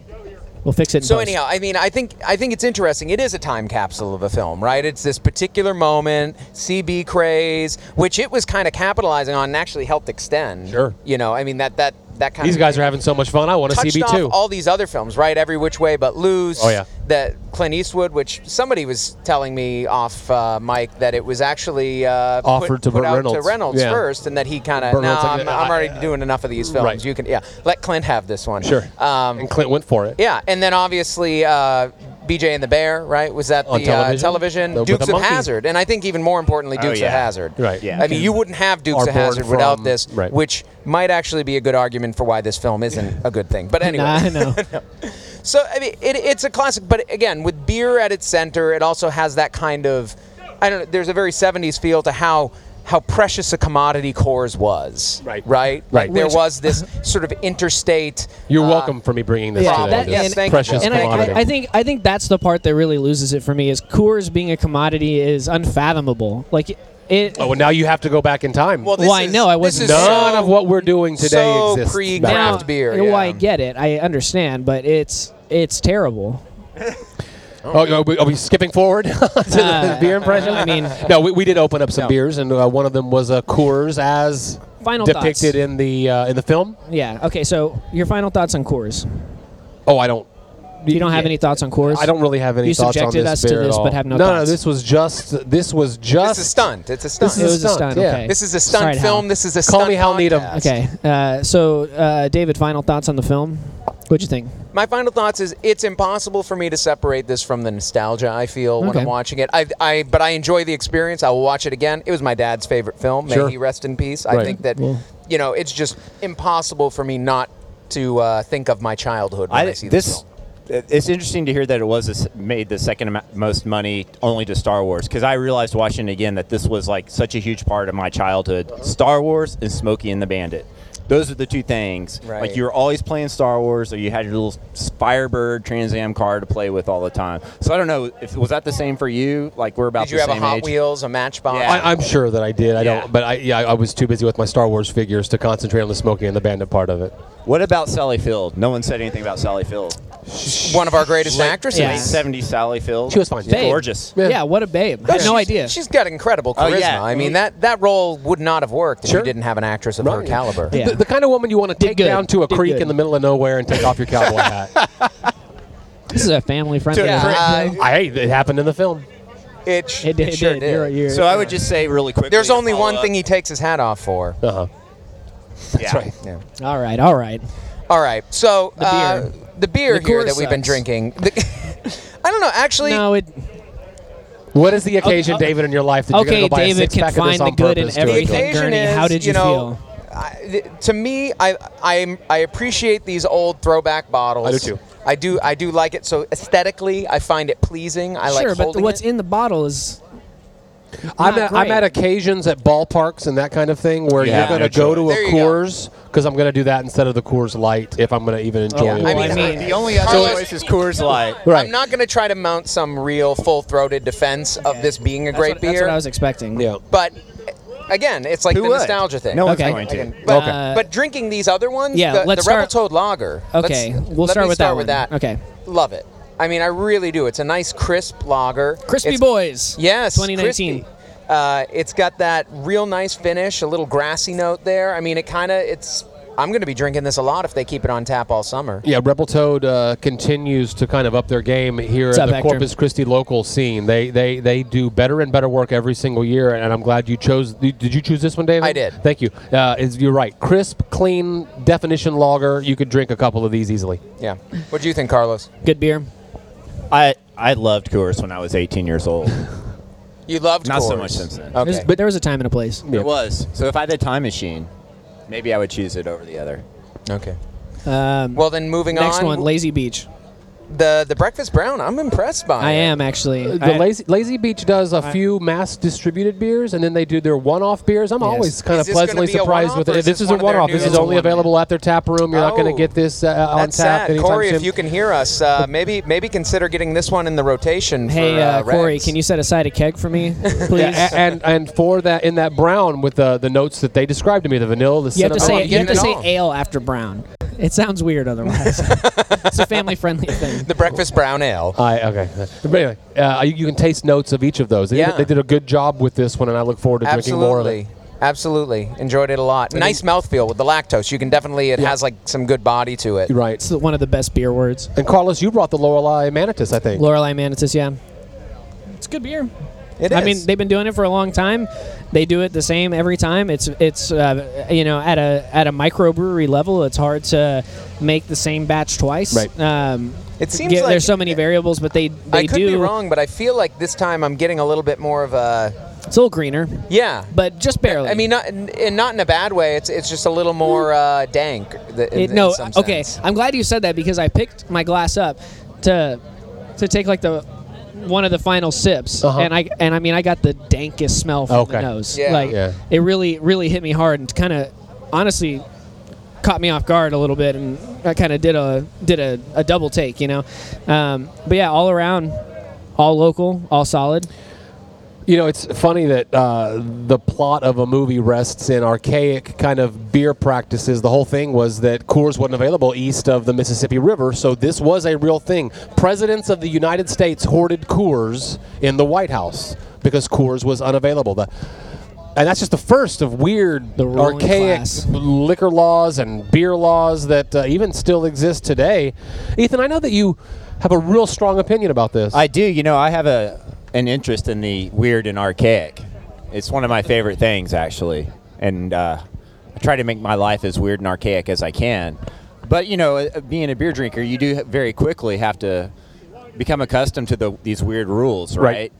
Speaker 5: we'll fix it. In
Speaker 2: So
Speaker 5: post.
Speaker 2: anyhow, I mean, I think I think it's interesting. It is a time capsule of a film, right? It's this particular moment, CB craze, which it was kind of capitalizing on and actually helped extend.
Speaker 3: Sure.
Speaker 2: You know, I mean that that that kind
Speaker 3: These
Speaker 2: of
Speaker 3: guys are having so much fun. I want a
Speaker 2: touched
Speaker 3: CB
Speaker 2: off
Speaker 3: too.
Speaker 2: all these other films, right? Every Which Way But Loose.
Speaker 3: Oh, yeah.
Speaker 2: That Clint Eastwood, which somebody was telling me off uh, mic that it was actually uh, put-
Speaker 3: Offered to
Speaker 2: put
Speaker 3: Burt
Speaker 2: out
Speaker 3: Reynolds.
Speaker 2: to Reynolds
Speaker 3: Yeah.
Speaker 2: first, and that he kind of
Speaker 3: Burt
Speaker 2: no,
Speaker 3: Reynolds, like, uh,
Speaker 2: I'm, I'm
Speaker 3: I-
Speaker 2: already doing enough of these films.
Speaker 3: Right.
Speaker 2: You can yeah, let Clint have this one.
Speaker 3: Sure.
Speaker 2: Um,
Speaker 3: and Clint went for it.
Speaker 2: yeah, and then obviously uh, BJ and the Bear, right? Was that
Speaker 3: On
Speaker 2: the
Speaker 3: television?
Speaker 2: Uh, television
Speaker 3: The- with
Speaker 2: Dukes
Speaker 3: the
Speaker 2: of
Speaker 3: monkey.
Speaker 2: Hazard, and I think even more importantly, Dukes
Speaker 4: Oh, yeah.
Speaker 2: of Hazard.
Speaker 3: Right.
Speaker 4: Yeah.
Speaker 2: I mean, you wouldn't have Dukes
Speaker 3: Are
Speaker 2: of Hazard
Speaker 3: born
Speaker 2: without
Speaker 3: from-
Speaker 2: this,
Speaker 3: right.
Speaker 2: which might actually be a good argument for why this film isn't a good thing. But anyway,
Speaker 5: Nah, I know.
Speaker 2: so I mean, it, it's a classic, but again, with beer at its center, it also has that kind of, I don't know. There's a very '70s feel to how how precious a commodity Coors was.
Speaker 3: Right.
Speaker 2: Right.
Speaker 3: Right.
Speaker 2: Like, there
Speaker 3: Which-
Speaker 2: was this sort of interstate.
Speaker 3: You're
Speaker 2: uh,
Speaker 3: welcome for me bringing this
Speaker 5: Yeah,
Speaker 3: today.
Speaker 5: that-
Speaker 3: this
Speaker 5: yes, thank you.
Speaker 3: precious
Speaker 5: and
Speaker 3: commodity.
Speaker 5: I, I, I think I think that's the part that really loses it for me is Coors being a commodity is unfathomable. Like it.
Speaker 3: oh, well, now you have to go back in time.
Speaker 2: Well, this
Speaker 5: Well, I
Speaker 2: is-
Speaker 5: know, I
Speaker 2: this
Speaker 5: wasn't-
Speaker 2: is
Speaker 3: None
Speaker 2: so-
Speaker 3: of what we're doing today
Speaker 2: so
Speaker 3: exists.
Speaker 2: pre-
Speaker 3: back
Speaker 2: craft
Speaker 3: then.
Speaker 2: beer,
Speaker 5: you know, oh, I
Speaker 2: yeah.
Speaker 5: get it. I understand, but it's it's terrible.
Speaker 3: Oh, are we, are we skipping forward to the
Speaker 5: Uh,
Speaker 3: beer impression?
Speaker 5: I mean-
Speaker 3: no, we, we did open up some
Speaker 4: No.
Speaker 3: beers, and uh, one of them was uh, Coors, as
Speaker 5: Final thoughts.
Speaker 3: depicted in the uh, in the film.
Speaker 5: Yeah. Okay. So your final thoughts on Coors?
Speaker 3: Oh, I don't.
Speaker 5: You don't have any thoughts on Coors?
Speaker 3: I don't really have any
Speaker 5: You
Speaker 3: thoughts on
Speaker 5: subjected
Speaker 3: this
Speaker 5: us to
Speaker 3: beer at
Speaker 5: this,
Speaker 3: all.
Speaker 5: but have no
Speaker 3: No, no,
Speaker 5: thoughts.
Speaker 3: this was just. This was just.
Speaker 2: It's a stunt. It's a stunt.
Speaker 3: This
Speaker 5: It
Speaker 3: is
Speaker 5: was a
Speaker 3: stunt,
Speaker 5: stunt.
Speaker 3: yeah.
Speaker 5: Okay.
Speaker 2: This is a stunt
Speaker 5: Sorry, Hal.
Speaker 2: film. This is a
Speaker 3: Call
Speaker 2: stunt
Speaker 3: me Hal Needham.
Speaker 2: podcast.
Speaker 5: Okay. Uh, so uh, David, final thoughts on the film? What'd you think?
Speaker 2: My final thoughts is it's impossible for me to separate this from the nostalgia I feel when
Speaker 5: Okay.
Speaker 2: I'm watching it. I, I but I enjoy the experience. I will watch it again. It was my dad's favorite film. May
Speaker 3: Sure.
Speaker 2: he rest in peace. I
Speaker 3: Right.
Speaker 2: think that
Speaker 5: Yeah.
Speaker 2: you know it's just impossible for me not to uh, think of my childhood when I,
Speaker 4: I,
Speaker 2: see this.
Speaker 4: this.
Speaker 2: film.
Speaker 4: It's interesting to hear that it was this, made the second amo- most money only to Star Wars because I realized watching it again that this was like such a huge part of my childhood.
Speaker 2: Uh-huh.
Speaker 4: Star Wars and Smokey and the Bandit. Those are the two things.
Speaker 2: Right.
Speaker 4: Like you were always playing Star Wars, or you had your little Firebird Trans Am car to play with all the time. So I don't know if was that the same for you. Like we're about
Speaker 2: Did you
Speaker 4: the
Speaker 2: have a
Speaker 4: same
Speaker 2: Hot
Speaker 4: age.
Speaker 2: Wheels, a Matchbox?
Speaker 4: Yeah.
Speaker 3: I, I'm sure that I did. I
Speaker 4: Yeah.
Speaker 3: don't. But I yeah, I I was too busy with my Star Wars figures to concentrate on the Smokey and the Bandit part of it.
Speaker 4: What about Sally Field? No one said anything about Sally Field.
Speaker 2: One of our greatest actresses.
Speaker 5: Yeah.
Speaker 4: Late 70s Sally Field.
Speaker 3: She was fine.
Speaker 4: She's
Speaker 5: Babe.
Speaker 4: gorgeous.
Speaker 3: Yeah.
Speaker 5: Yeah. what a babe. I had no
Speaker 2: She's-
Speaker 5: idea.
Speaker 2: She's got incredible charisma.
Speaker 4: Oh, yeah.
Speaker 2: I mean, that, that role would not have worked if
Speaker 3: Sure.
Speaker 2: you didn't have an actress of her
Speaker 3: Right.
Speaker 2: caliber.
Speaker 5: Yeah.
Speaker 3: The, the kind of woman you want to take
Speaker 5: good.
Speaker 3: down to a
Speaker 5: Did
Speaker 3: creek
Speaker 5: good.
Speaker 3: in the middle of nowhere and take off your cowboy hat.
Speaker 5: this is a family friendly.
Speaker 2: Yeah, uh,
Speaker 3: I it happened in the film.
Speaker 2: it, sh-
Speaker 5: it did. It,
Speaker 2: sure
Speaker 5: did.
Speaker 2: did.
Speaker 5: You're- you're-
Speaker 4: So I would just say really quickly.
Speaker 2: There's
Speaker 4: to
Speaker 2: only
Speaker 4: follow
Speaker 2: one
Speaker 4: up-
Speaker 2: thing he takes his hat off for.
Speaker 3: Uh huh.
Speaker 4: Yeah.
Speaker 3: That's right.
Speaker 2: Yeah.
Speaker 5: all right. All right.
Speaker 2: All right. So the
Speaker 5: beer.
Speaker 2: uh, the beer
Speaker 5: The
Speaker 2: here
Speaker 5: Coors
Speaker 2: that we've been
Speaker 5: sucks.
Speaker 2: drinking. the- I don't know. Actually,
Speaker 5: No, it.
Speaker 3: What is the occasion,
Speaker 5: Okay, uh,
Speaker 3: David, in your life that
Speaker 5: Okay,
Speaker 3: you're going to go buy a
Speaker 5: David
Speaker 3: six pack
Speaker 5: can
Speaker 3: of this
Speaker 5: find
Speaker 3: on
Speaker 5: the good in
Speaker 3: purpose to
Speaker 2: the
Speaker 5: everything.
Speaker 3: enjoy?
Speaker 2: occasion
Speaker 5: Gurney,
Speaker 2: is,
Speaker 5: how did you
Speaker 2: know, I, th- to me, I, I I appreciate these old throwback bottles.
Speaker 3: I do too.
Speaker 2: I do I do like it. So aesthetically, I find it pleasing. I
Speaker 5: sure,
Speaker 2: like
Speaker 5: but
Speaker 2: holding
Speaker 5: what's
Speaker 2: it.
Speaker 5: in the bottle is.
Speaker 3: I'm
Speaker 5: Not
Speaker 3: at, I'm
Speaker 5: great.
Speaker 3: at occasions at ballparks and that kind of thing where
Speaker 4: Yeah.
Speaker 3: you're
Speaker 4: No
Speaker 3: going to go to a
Speaker 2: There you go.
Speaker 3: Coors because I'm going to do that instead of the Coors Light if I'm going to even enjoy
Speaker 5: Yeah,
Speaker 3: it.
Speaker 5: I
Speaker 2: I mean,
Speaker 5: mean,
Speaker 2: I-
Speaker 4: The only other
Speaker 2: Carlos-
Speaker 4: choice is Coors Light.
Speaker 3: right.
Speaker 2: I'm not going to try to mount some real full-throated defense of this being a great
Speaker 5: that's, what,
Speaker 2: beer.
Speaker 5: that's what I was expecting.
Speaker 3: yeah.
Speaker 2: But again, it's like
Speaker 4: Who
Speaker 2: the
Speaker 4: would?
Speaker 2: nostalgia thing.
Speaker 4: No one's
Speaker 5: Okay.
Speaker 4: going to.
Speaker 2: But,
Speaker 5: Okay. Uh,
Speaker 2: but drinking these other ones,
Speaker 5: Yeah,
Speaker 2: the,
Speaker 5: let's
Speaker 2: the Rebel
Speaker 5: start-
Speaker 2: Toad Lager.
Speaker 5: Okay,
Speaker 2: let's-
Speaker 5: we'll
Speaker 2: let
Speaker 5: start
Speaker 2: me
Speaker 5: with
Speaker 2: start
Speaker 5: that
Speaker 2: with
Speaker 5: one.
Speaker 2: that.
Speaker 5: Okay.
Speaker 2: love it. I mean, I really do. It's a nice crisp lager.
Speaker 5: Crispy
Speaker 2: It's-
Speaker 5: Boys.
Speaker 2: Yes,
Speaker 5: 2019.
Speaker 2: crispy. Uh, it's got that real nice finish, a little grassy note there. I mean, it kind of it's. I'm going to be drinking this a lot if they keep it on tap all summer.
Speaker 3: Yeah, Rebel Toad uh, continues to kind of up their game here
Speaker 5: What's
Speaker 3: at
Speaker 5: up,
Speaker 3: the
Speaker 5: Hector?
Speaker 3: Corpus Christi local scene. They they they do better and better work every single year, and I'm glad you chose. Did did you choose this one, David?
Speaker 2: I did.
Speaker 3: Thank you. Uh, is, you're right. Crisp, clean definition lager. You could drink a couple of these easily.
Speaker 2: Yeah. What do you think, Carlos?
Speaker 5: Good beer.
Speaker 4: I I loved Coors when I was 18 years old.
Speaker 2: You loved
Speaker 4: Not so
Speaker 2: Coors.
Speaker 4: much Simpson.
Speaker 2: Okay.
Speaker 5: There's- But there was a time and a place.
Speaker 4: It was. So if I had a time machine, maybe I would choose it over the other.
Speaker 2: okay.
Speaker 5: Um,
Speaker 2: Well, then moving
Speaker 5: next
Speaker 2: on.
Speaker 5: one, Lazy Beach.
Speaker 2: the the breakfast brown. I'm impressed by.
Speaker 5: I
Speaker 2: it.
Speaker 5: am actually.
Speaker 3: The
Speaker 5: I-
Speaker 3: lazy, lazy Beach does a few mass distributed beers, and then they do their one-off beers. I'm always kind
Speaker 2: Is
Speaker 3: of
Speaker 2: this gonna
Speaker 3: pleasantly
Speaker 2: be a
Speaker 3: surprised
Speaker 2: one-off
Speaker 3: with
Speaker 2: or
Speaker 3: it.
Speaker 2: is
Speaker 3: This
Speaker 2: this
Speaker 3: is a
Speaker 2: one of their
Speaker 3: one-off. This
Speaker 2: new
Speaker 3: is only
Speaker 2: one?
Speaker 3: available at their tap room. You're not going
Speaker 2: Oh.
Speaker 3: to get this uh, on
Speaker 2: That's
Speaker 3: tap
Speaker 2: sad,
Speaker 3: anytime
Speaker 2: Corey.
Speaker 3: soon.
Speaker 2: If you can hear us, uh, maybe maybe consider getting this one in the rotation.
Speaker 5: hey,
Speaker 2: for,
Speaker 5: uh, Corey,
Speaker 2: Reds.
Speaker 5: can you set aside a keg for me, please?
Speaker 3: Yeah, a- and and for that in that brown with the the notes that they described to me, the vanilla, the
Speaker 5: You have
Speaker 3: cinnamon.
Speaker 5: to
Speaker 2: I'm
Speaker 5: say you have
Speaker 2: getting
Speaker 5: to
Speaker 2: it
Speaker 5: say
Speaker 2: all.
Speaker 5: ale after brown. It sounds weird otherwise. it's a family friendly thing.
Speaker 2: The breakfast brown ale.
Speaker 3: Oh, I okay. But anyway, uh, you, you can taste notes of each of those. They,
Speaker 2: Yeah.
Speaker 3: did, they did a good job with this one, and I look forward to drinking more of it.
Speaker 2: Absolutely. Absolutely. Enjoyed it a lot. Nice mouthfeel with the lactose. You can definitely, it has like some good body to it.
Speaker 3: You're Right.
Speaker 5: It's one of the best beer words.
Speaker 3: And Carlos, you brought the Lorelei Manatus, I think.
Speaker 5: Lorelei Manatus, yeah. It's good beer.
Speaker 2: It
Speaker 5: I
Speaker 2: is.
Speaker 5: mean, they've been doing it for a long time. They do it the same every time. It's it's uh, you know at a at a microbrewery level, it's hard to make the same batch twice.
Speaker 3: Right.
Speaker 5: Um,
Speaker 2: it seems
Speaker 5: yeah,
Speaker 2: like
Speaker 5: there's so many variables, but they they
Speaker 2: I could
Speaker 5: do.
Speaker 2: be wrong, but I feel like this time I'm getting a little bit more of a
Speaker 5: It's a little greener,
Speaker 2: yeah.
Speaker 5: but just barely.
Speaker 2: I mean, not and not in a bad way. It's it's just a little more uh, dank. th- in-
Speaker 5: It-
Speaker 2: in
Speaker 5: no,
Speaker 2: some
Speaker 5: okay.
Speaker 2: sense.
Speaker 5: I'm glad you said that because I picked my glass up to to take like the one of the final sips,
Speaker 3: Uh-huh.
Speaker 5: and I and I mean I got the dankest smell from the
Speaker 3: Okay.
Speaker 5: nose.
Speaker 2: Yeah.
Speaker 5: Like
Speaker 3: Yeah.
Speaker 5: it really really hit me hard and kind of honestly caught me off guard a little bit, and I kind of did a did a, a double take, you know. Um, but yeah, all around, all local, all solid.
Speaker 3: You know, it's funny that uh, the plot of a movie rests in archaic kind of beer practices. The whole thing was that Coors wasn't available east of the Mississippi River, so this was a real thing. Presidents of the United States hoarded Coors in the White House because Coors was unavailable. The, and that's just the first of weird,
Speaker 5: The ruling
Speaker 3: archaic
Speaker 5: class.
Speaker 3: liquor laws and beer laws that uh, even still exist today. Ethan, I know that you have a real strong opinion about this.
Speaker 4: I do. You know, I have a an interest in the weird and archaic. It's one of my favorite things, actually, and uh, I try to make my life as weird and archaic as I can. But you know, uh, being a beer drinker, you do very quickly have to become accustomed to the, these weird rules,
Speaker 3: Right.
Speaker 4: right?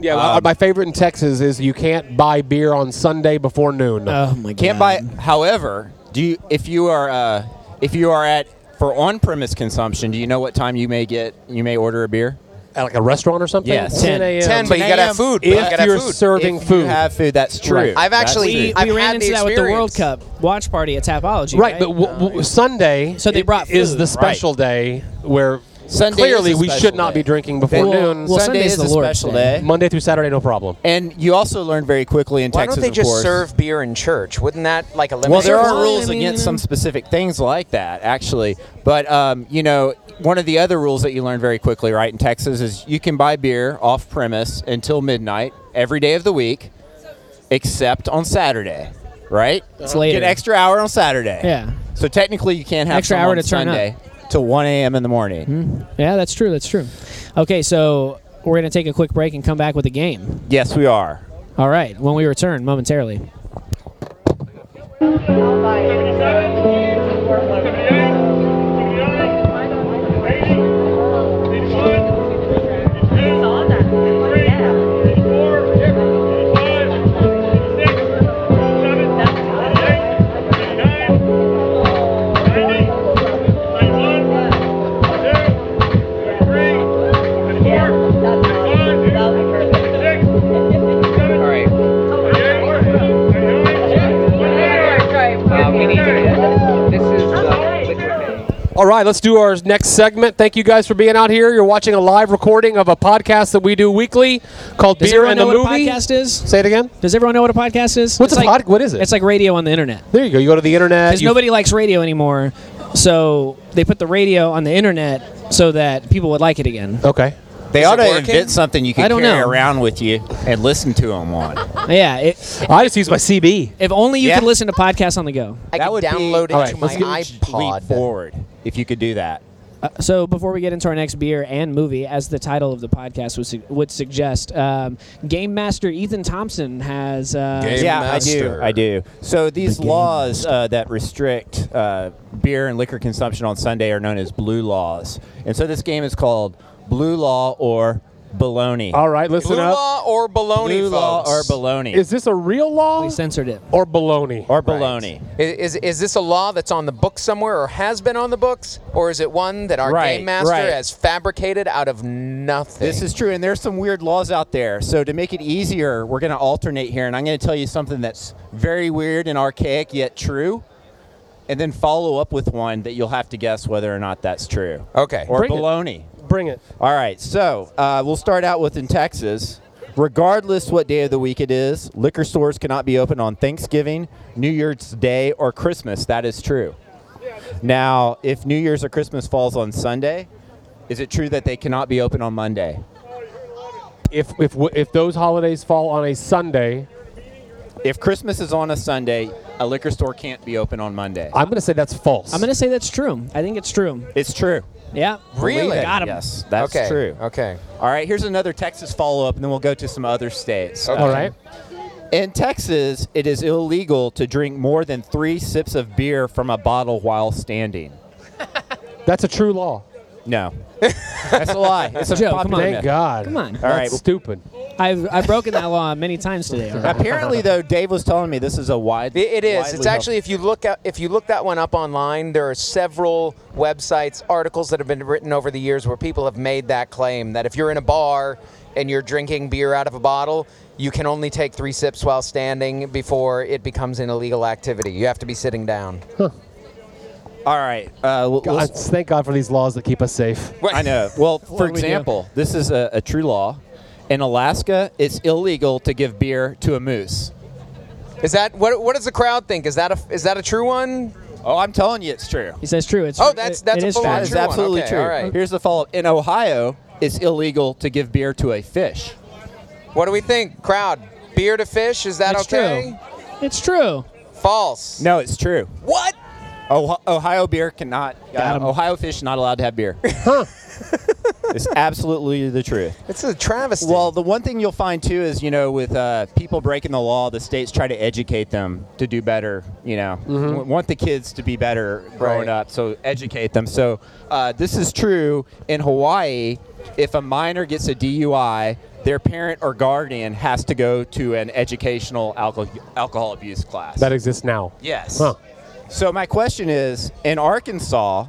Speaker 3: Yeah, well,
Speaker 4: Um,
Speaker 3: my favorite in Texas is you can't buy beer on Sunday before noon.
Speaker 5: Oh my
Speaker 4: Can't buy. However, do you if you are uh, if you are at for on-premise consumption, do you know what time you may get? You may order a beer.
Speaker 3: At like a restaurant or something?
Speaker 4: Yeah, 10.
Speaker 3: a.m.
Speaker 2: 10, but you gotta have
Speaker 4: 10 a.m.
Speaker 2: food. bro.
Speaker 3: if
Speaker 2: you gotta
Speaker 3: you're
Speaker 2: have food.
Speaker 3: serving
Speaker 4: if
Speaker 3: food.
Speaker 4: you have food, that's true.
Speaker 3: Right.
Speaker 2: I've
Speaker 4: That's
Speaker 2: actually-
Speaker 4: true.
Speaker 5: We,
Speaker 2: I've
Speaker 5: we ran
Speaker 2: had
Speaker 5: into
Speaker 2: the
Speaker 5: that with the World
Speaker 2: experience.
Speaker 5: Cup watch party at Tapology.
Speaker 3: right, but w- w- Sunday
Speaker 5: So they
Speaker 3: i-
Speaker 5: brought
Speaker 3: is
Speaker 5: food.
Speaker 3: the special day where
Speaker 4: Sunday
Speaker 3: clearly
Speaker 4: is a
Speaker 3: we
Speaker 4: special
Speaker 3: should not
Speaker 4: day.
Speaker 3: be drinking before
Speaker 5: Well,
Speaker 3: noon.
Speaker 5: well,
Speaker 4: Sunday
Speaker 5: Sunday's
Speaker 4: is
Speaker 5: the
Speaker 4: a
Speaker 5: Lord's
Speaker 4: special
Speaker 5: Day.
Speaker 4: day.
Speaker 3: Monday through Saturday, no problem.
Speaker 4: And you also learn very quickly in
Speaker 2: Why
Speaker 4: Texas.
Speaker 2: don't they
Speaker 4: of
Speaker 2: just
Speaker 4: course.
Speaker 2: serve beer in church? Wouldn't that like eliminate?
Speaker 4: Well, there are
Speaker 5: Sure.
Speaker 4: rules
Speaker 5: I mean,
Speaker 4: against
Speaker 5: you know.
Speaker 4: some specific things like that, actually. But um, you know, one of the other rules that you learn very quickly, right, in Texas, is you can buy beer off premise until midnight every day of the week, except on Saturday, right? It's
Speaker 5: Uh-huh. later.
Speaker 4: Get extra hour on Saturday.
Speaker 5: Yeah.
Speaker 4: So technically, you can't have
Speaker 5: Extra
Speaker 4: some
Speaker 5: hour
Speaker 4: on
Speaker 5: to turn up. Hmm?
Speaker 4: Sunday till 1 a.m. in the morning.
Speaker 5: Yeah, that's true. That's true. Okay, so we're going to take a quick break and come back with a game.
Speaker 4: Yes, we are.
Speaker 5: All right, when we return momentarily.
Speaker 6: All right.
Speaker 7: Uh, we need to, this is uh, liquid phase.
Speaker 3: All right, let's do our next segment. Thank you guys for being out here. You're watching a live recording of a podcast that we do weekly called
Speaker 5: Does
Speaker 3: Beer
Speaker 5: everyone
Speaker 3: and
Speaker 5: know
Speaker 3: the
Speaker 5: what
Speaker 3: Movie.
Speaker 5: a podcast is?
Speaker 3: Say it again.
Speaker 5: Does everyone know what a podcast is?
Speaker 3: What's
Speaker 5: It's
Speaker 3: a pod- what is it?
Speaker 5: It's like radio on the internet.
Speaker 3: There you go. You go to the internet.
Speaker 5: Because
Speaker 3: you-
Speaker 5: nobody likes radio anymore, so they put the radio on the internet so that people would like it again.
Speaker 3: okay.
Speaker 4: They
Speaker 2: Is
Speaker 4: ought
Speaker 2: it
Speaker 4: to
Speaker 2: working?
Speaker 4: invent something you can
Speaker 5: I don't
Speaker 4: carry
Speaker 5: know.
Speaker 4: around with you and listen to them on.
Speaker 5: Yeah, it,
Speaker 3: I just use my CB.
Speaker 5: if only you
Speaker 4: Yeah.
Speaker 5: could listen to podcasts on the go.
Speaker 2: I
Speaker 4: that
Speaker 2: could
Speaker 4: would be-
Speaker 2: download it
Speaker 3: All right,
Speaker 2: to
Speaker 3: let's
Speaker 2: my
Speaker 4: Huge leap
Speaker 2: iPod.
Speaker 4: forward if you could do that.
Speaker 5: So before we get into our next beer and movie, as the title of the podcast would, su- would suggest, um, Game Master Ethan Thompson has uh,
Speaker 2: Game-
Speaker 4: yeah,
Speaker 2: master.
Speaker 4: I do. I do. So these laws uh, that restrict uh, beer and liquor consumption on Sunday are known as blue laws. And so this game is called Blue Law or Baloney.
Speaker 3: All right, listen
Speaker 2: Blue
Speaker 3: up.
Speaker 2: law or baloney,
Speaker 4: Blue
Speaker 2: folks?
Speaker 4: law or baloney?
Speaker 3: Is this a real law
Speaker 5: We censored it.
Speaker 3: or baloney?
Speaker 4: or baloney?
Speaker 2: I- Is, is this a law that's on the books somewhere or has been on the books? Or is it one that our
Speaker 4: Right,
Speaker 2: game master
Speaker 4: right.
Speaker 2: has fabricated out of nothing?
Speaker 4: This is true, and there's some weird laws out there. So to make it easier, we're going to alternate here, and I'm going to tell you something that's very weird and archaic yet true, and then follow up with one that you'll have to guess whether or not that's true.
Speaker 2: Okay.
Speaker 4: Or
Speaker 3: Bring it.
Speaker 4: baloney.
Speaker 3: Bring it.
Speaker 4: All right, so uh, we'll start out with in Texas. Regardless what day of the week it is, liquor stores cannot be open on Thanksgiving, New Year's Day, or Christmas. That is true. Now, if New Year's or Christmas falls on Sunday, is it true that they cannot be open on Monday?
Speaker 3: If if w- if those holidays fall on a Sunday,
Speaker 4: If Christmas is on a Sunday, a liquor store can't be open on Monday.
Speaker 3: I'm going to say that's false.
Speaker 5: I'm gonna say that's true. I think it's true.
Speaker 4: It's true.
Speaker 5: Yeah.
Speaker 2: Really?
Speaker 5: Believe it. Got him.
Speaker 4: Yes, that's
Speaker 2: okay.
Speaker 4: true.
Speaker 2: Okay.
Speaker 4: All right, here's another Texas follow up, and then we'll go to some other states.
Speaker 2: Okay.
Speaker 3: All right.
Speaker 4: In Texas, it is illegal to drink more than three sips of beer from a bottle while standing.
Speaker 3: That's a true law.
Speaker 4: No. That's a lie. It's a
Speaker 5: Joe,
Speaker 4: popular
Speaker 5: come on.
Speaker 4: myth.
Speaker 3: Thank God.
Speaker 5: Come on.
Speaker 4: All
Speaker 3: That's
Speaker 4: right.
Speaker 3: stupid.
Speaker 5: I've I've broken that law many times today. already.
Speaker 4: Apparently, though, Dave was telling me this is a wide.
Speaker 2: It, it is.
Speaker 4: widely
Speaker 2: It's actually if you look at, if you look that one up online, there are several websites, articles that have been written over the years where people have made that claim that if you're in a bar and you're drinking beer out of a bottle, you can only take three sips while standing before it becomes an illegal activity. You have to be sitting down.
Speaker 4: held. All right. Uh, we'll- we'll-
Speaker 3: God, thank God for these laws that keep us safe.
Speaker 4: I know. Well, for
Speaker 5: do we do?
Speaker 4: example, this is a, a true law. In Alaska, it's illegal to give beer to a moose.
Speaker 2: Is that what? What does the crowd think? Is that a is that a true one?
Speaker 4: Oh, I'm telling you, it's true.
Speaker 5: He says true. It's
Speaker 2: Oh, that's-
Speaker 5: it-
Speaker 2: that's
Speaker 5: it
Speaker 2: a
Speaker 5: is
Speaker 2: full
Speaker 5: true.
Speaker 2: on
Speaker 4: That is
Speaker 2: one.
Speaker 4: absolutely
Speaker 2: Okay,
Speaker 4: true.
Speaker 2: all right.
Speaker 4: Here's the follow up. In Ohio, it's illegal to give beer to a fish.
Speaker 2: What do we think, crowd? Beer to fish? Is that
Speaker 5: It's
Speaker 2: okay?
Speaker 5: true. It's true.
Speaker 2: False.
Speaker 4: No, it's true.
Speaker 2: What?
Speaker 4: Oh, Ohio beer cannot.
Speaker 5: Got
Speaker 4: Uh,
Speaker 5: 'em.
Speaker 4: Ohio fish not allowed to have beer. it's absolutely the truth.
Speaker 2: It's a travesty.
Speaker 4: Well, the one thing you'll find too is you know with uh, people breaking the law, the states try to educate them to do better. You know, W- want the kids to be better growing
Speaker 2: Right.
Speaker 4: up, so educate them. So uh, this is true in Hawaii. If a minor gets a DUI, their parent or guardian has to go to an educational alcohol alcohol abuse class.
Speaker 3: That exists now.
Speaker 4: Yes.
Speaker 3: Huh.
Speaker 4: So my question is, in Arkansas,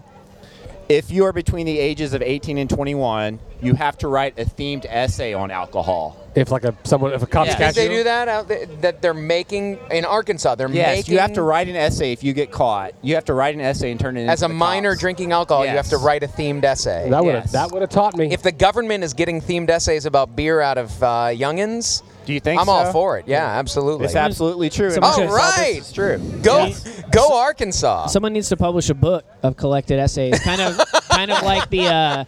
Speaker 4: if you are between the ages of 18 and 21, you have to write a themed essay on alcohol.
Speaker 3: If like a someone if a cop's
Speaker 4: Yeah.
Speaker 2: Because
Speaker 3: catch
Speaker 2: they
Speaker 3: you,
Speaker 2: do that out th- that they're making in Arkansas. They're
Speaker 4: Yes,
Speaker 2: making
Speaker 4: you have to write an essay if you get caught. You have to write an essay and turn it in
Speaker 2: as a minor drinking alcohol. You have to
Speaker 4: Yes.
Speaker 2: write a themed essay.
Speaker 3: that would have
Speaker 4: Yes.
Speaker 3: that would have taught me.
Speaker 2: if the government is getting themed essays about beer out of uh, youngins,
Speaker 4: Do you think
Speaker 2: I'm all
Speaker 4: so?
Speaker 2: for it? Yeah, absolutely.
Speaker 4: It's absolutely true. Oh, In
Speaker 5: Someone
Speaker 2: should-
Speaker 4: Arkansas, this
Speaker 2: Alright!
Speaker 4: is true.
Speaker 2: Go, go Arkansas.
Speaker 5: Someone needs to publish a book of collected essays, kind of, kind of like the, uh,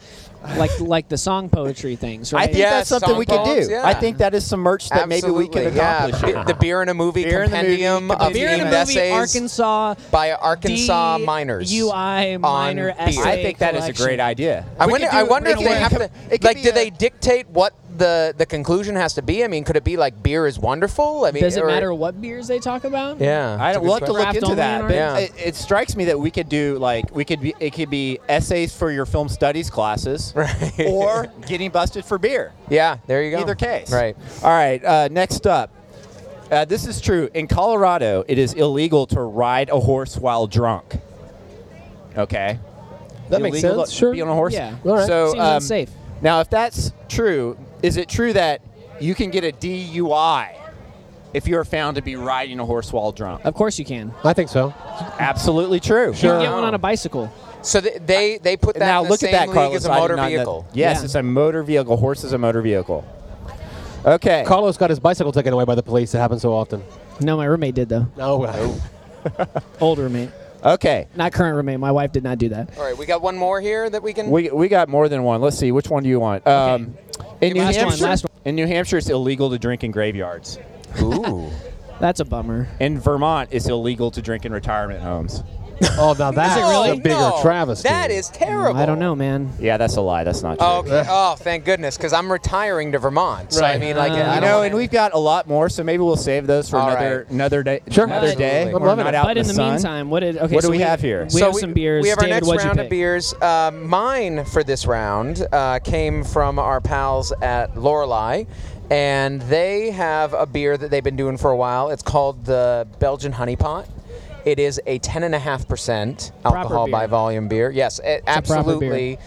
Speaker 5: like like the song poetry things,
Speaker 4: I
Speaker 5: right?
Speaker 4: think
Speaker 2: Yeah,
Speaker 4: that's something we could
Speaker 2: songs,
Speaker 4: do.
Speaker 2: yeah.
Speaker 4: I think that is some merch that maybe we could
Speaker 2: Absolutely, yeah.
Speaker 4: accomplish.
Speaker 2: Be- The beer in a movie
Speaker 4: Beer in the movie,
Speaker 2: compendium
Speaker 4: compendium.
Speaker 2: of
Speaker 5: Beer in a
Speaker 2: themed
Speaker 5: movie,
Speaker 2: essays
Speaker 5: Arkansas.
Speaker 2: by Arkansas
Speaker 5: D-
Speaker 2: minors.
Speaker 5: UI minor
Speaker 2: beer.
Speaker 5: essay.
Speaker 4: I think that is a
Speaker 5: collection.
Speaker 4: great idea.
Speaker 2: I
Speaker 4: We
Speaker 2: wonder.
Speaker 4: could do-
Speaker 2: I wonder
Speaker 4: we
Speaker 2: if
Speaker 4: could
Speaker 2: they
Speaker 4: do-
Speaker 2: have to.
Speaker 4: it could
Speaker 2: Like,
Speaker 4: be
Speaker 2: do
Speaker 4: a-
Speaker 2: they dictate what the the conclusion has to be? I mean, could it be like beer is wonderful? I mean,
Speaker 5: Does it
Speaker 2: or-
Speaker 5: matter what beers they talk about?
Speaker 2: Yeah.
Speaker 4: I don't, we'll have to look
Speaker 5: Draft
Speaker 4: into
Speaker 5: only
Speaker 4: that.
Speaker 5: in
Speaker 4: But
Speaker 2: our-
Speaker 4: it, it strikes me that we could do like we could be it could be essays for your film studies classes,
Speaker 2: Right.
Speaker 4: or getting busted for beer.
Speaker 2: Yeah. There you go.
Speaker 4: Either case.
Speaker 2: Right.
Speaker 4: All right. Uh, next up, uh, this is true in Colorado. It is illegal to ride a horse while drunk. Okay.
Speaker 3: That makes
Speaker 4: Illegal
Speaker 3: sense,
Speaker 4: to
Speaker 3: sure.
Speaker 4: Be on a horse.
Speaker 5: Yeah.
Speaker 3: All right.
Speaker 4: So
Speaker 5: Seems
Speaker 4: um,
Speaker 5: unsafe.
Speaker 4: Now, if that's true, is it true that you can get a DUI if you are found to be riding a horse while drunk?
Speaker 5: Of course you can.
Speaker 3: I think so.
Speaker 4: Absolutely true.
Speaker 5: You
Speaker 3: Sure.
Speaker 5: can get one on a bicycle.
Speaker 2: So th- they they put that
Speaker 4: now
Speaker 2: in the
Speaker 4: look
Speaker 2: same
Speaker 4: at that,
Speaker 2: league
Speaker 4: Carlos.
Speaker 2: as a
Speaker 4: I did
Speaker 2: motor
Speaker 4: not know-
Speaker 2: vehicle.
Speaker 4: Yes,
Speaker 5: Yeah.
Speaker 4: it's a motor vehicle. Horse is a motor vehicle. Okay.
Speaker 3: Carlos got his bicycle taken away by the police. It happens so often.
Speaker 5: No, my roommate did though.
Speaker 3: No.
Speaker 5: Old roommate,
Speaker 4: Okay.
Speaker 5: not current roommate. My wife did not do that.
Speaker 2: All right, we got one more here that we can.
Speaker 4: We, we got more than one. Let's see. Which one do you want? Um, in New
Speaker 5: Last one,
Speaker 4: Hampshire,
Speaker 5: last one.
Speaker 4: in New Hampshire, it's illegal to drink in graveyards.
Speaker 2: Ooh.
Speaker 5: That's a bummer.
Speaker 4: In Vermont, it's illegal to drink in retirement homes.
Speaker 3: Oh, now that's
Speaker 2: No,
Speaker 3: a bigger
Speaker 2: no,
Speaker 3: travesty.
Speaker 2: That is terrible.
Speaker 5: I don't know, man.
Speaker 4: Yeah, that's a lie. That's not true.
Speaker 2: Oh, okay. oh, thank goodness, because I'm retiring to Vermont. So I
Speaker 3: Right.
Speaker 2: mean, like,
Speaker 5: Uh,
Speaker 2: I don't
Speaker 4: you know,
Speaker 2: wanna-
Speaker 4: and we've got a lot more, so maybe we'll save those for
Speaker 2: All
Speaker 4: another
Speaker 2: right.
Speaker 4: another day.
Speaker 3: Sure.
Speaker 4: another day.
Speaker 2: Absolutely.
Speaker 3: I'm
Speaker 4: We're
Speaker 3: loving
Speaker 4: not
Speaker 3: it.
Speaker 4: out
Speaker 5: But in the
Speaker 4: sun.
Speaker 5: meantime, what did okay?
Speaker 4: What do
Speaker 5: so
Speaker 4: we have here?
Speaker 5: We
Speaker 4: So
Speaker 5: have some beers.
Speaker 2: We have
Speaker 5: David,
Speaker 2: our next
Speaker 5: what'd you
Speaker 2: round of
Speaker 5: pick?
Speaker 2: beers. Uh, mine for this round uh, came from our pals at Lorelei, and they have a beer that they've been doing for a while. It's called the Belgian Honey Pot. It is a 10.5% alcohol
Speaker 5: beer.
Speaker 2: by volume beer. Yes, it,
Speaker 5: proper
Speaker 2: absolutely,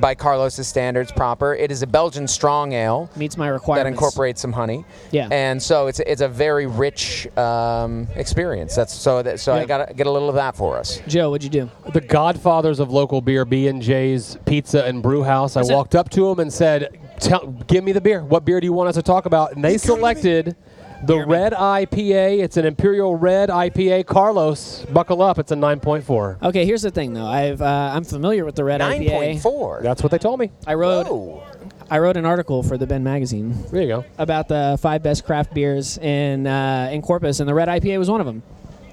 Speaker 2: by Carlos's standards, proper. It is a Belgian strong ale
Speaker 5: Meets my
Speaker 2: that
Speaker 5: requirements.
Speaker 2: incorporates some honey.
Speaker 5: Yeah.
Speaker 2: And so it's it's a very rich um, experience. That's so that so I
Speaker 5: Yeah.
Speaker 2: got to get a little of that for us.
Speaker 5: Joe, what'd you do?
Speaker 3: the godfathers of local beer, B and J's Pizza and Brew House. I walked up to them and said, Tell, "Give me the beer. What beer do you want us to talk about?" And they selected the Red IPA. It's an Imperial Red IPA. Carlos, buckle up. It's a 9.4.
Speaker 5: Okay, here's the thing though. I've uh, I'm familiar with the red
Speaker 2: Nine point
Speaker 5: IPA.
Speaker 2: four.
Speaker 3: That's what they told me.
Speaker 5: I wrote
Speaker 2: Oh,
Speaker 5: I wrote an article for the Ben magazine
Speaker 3: There you go.
Speaker 5: about the five best craft beers in uh, in Corpus, and the red IPA was one of them.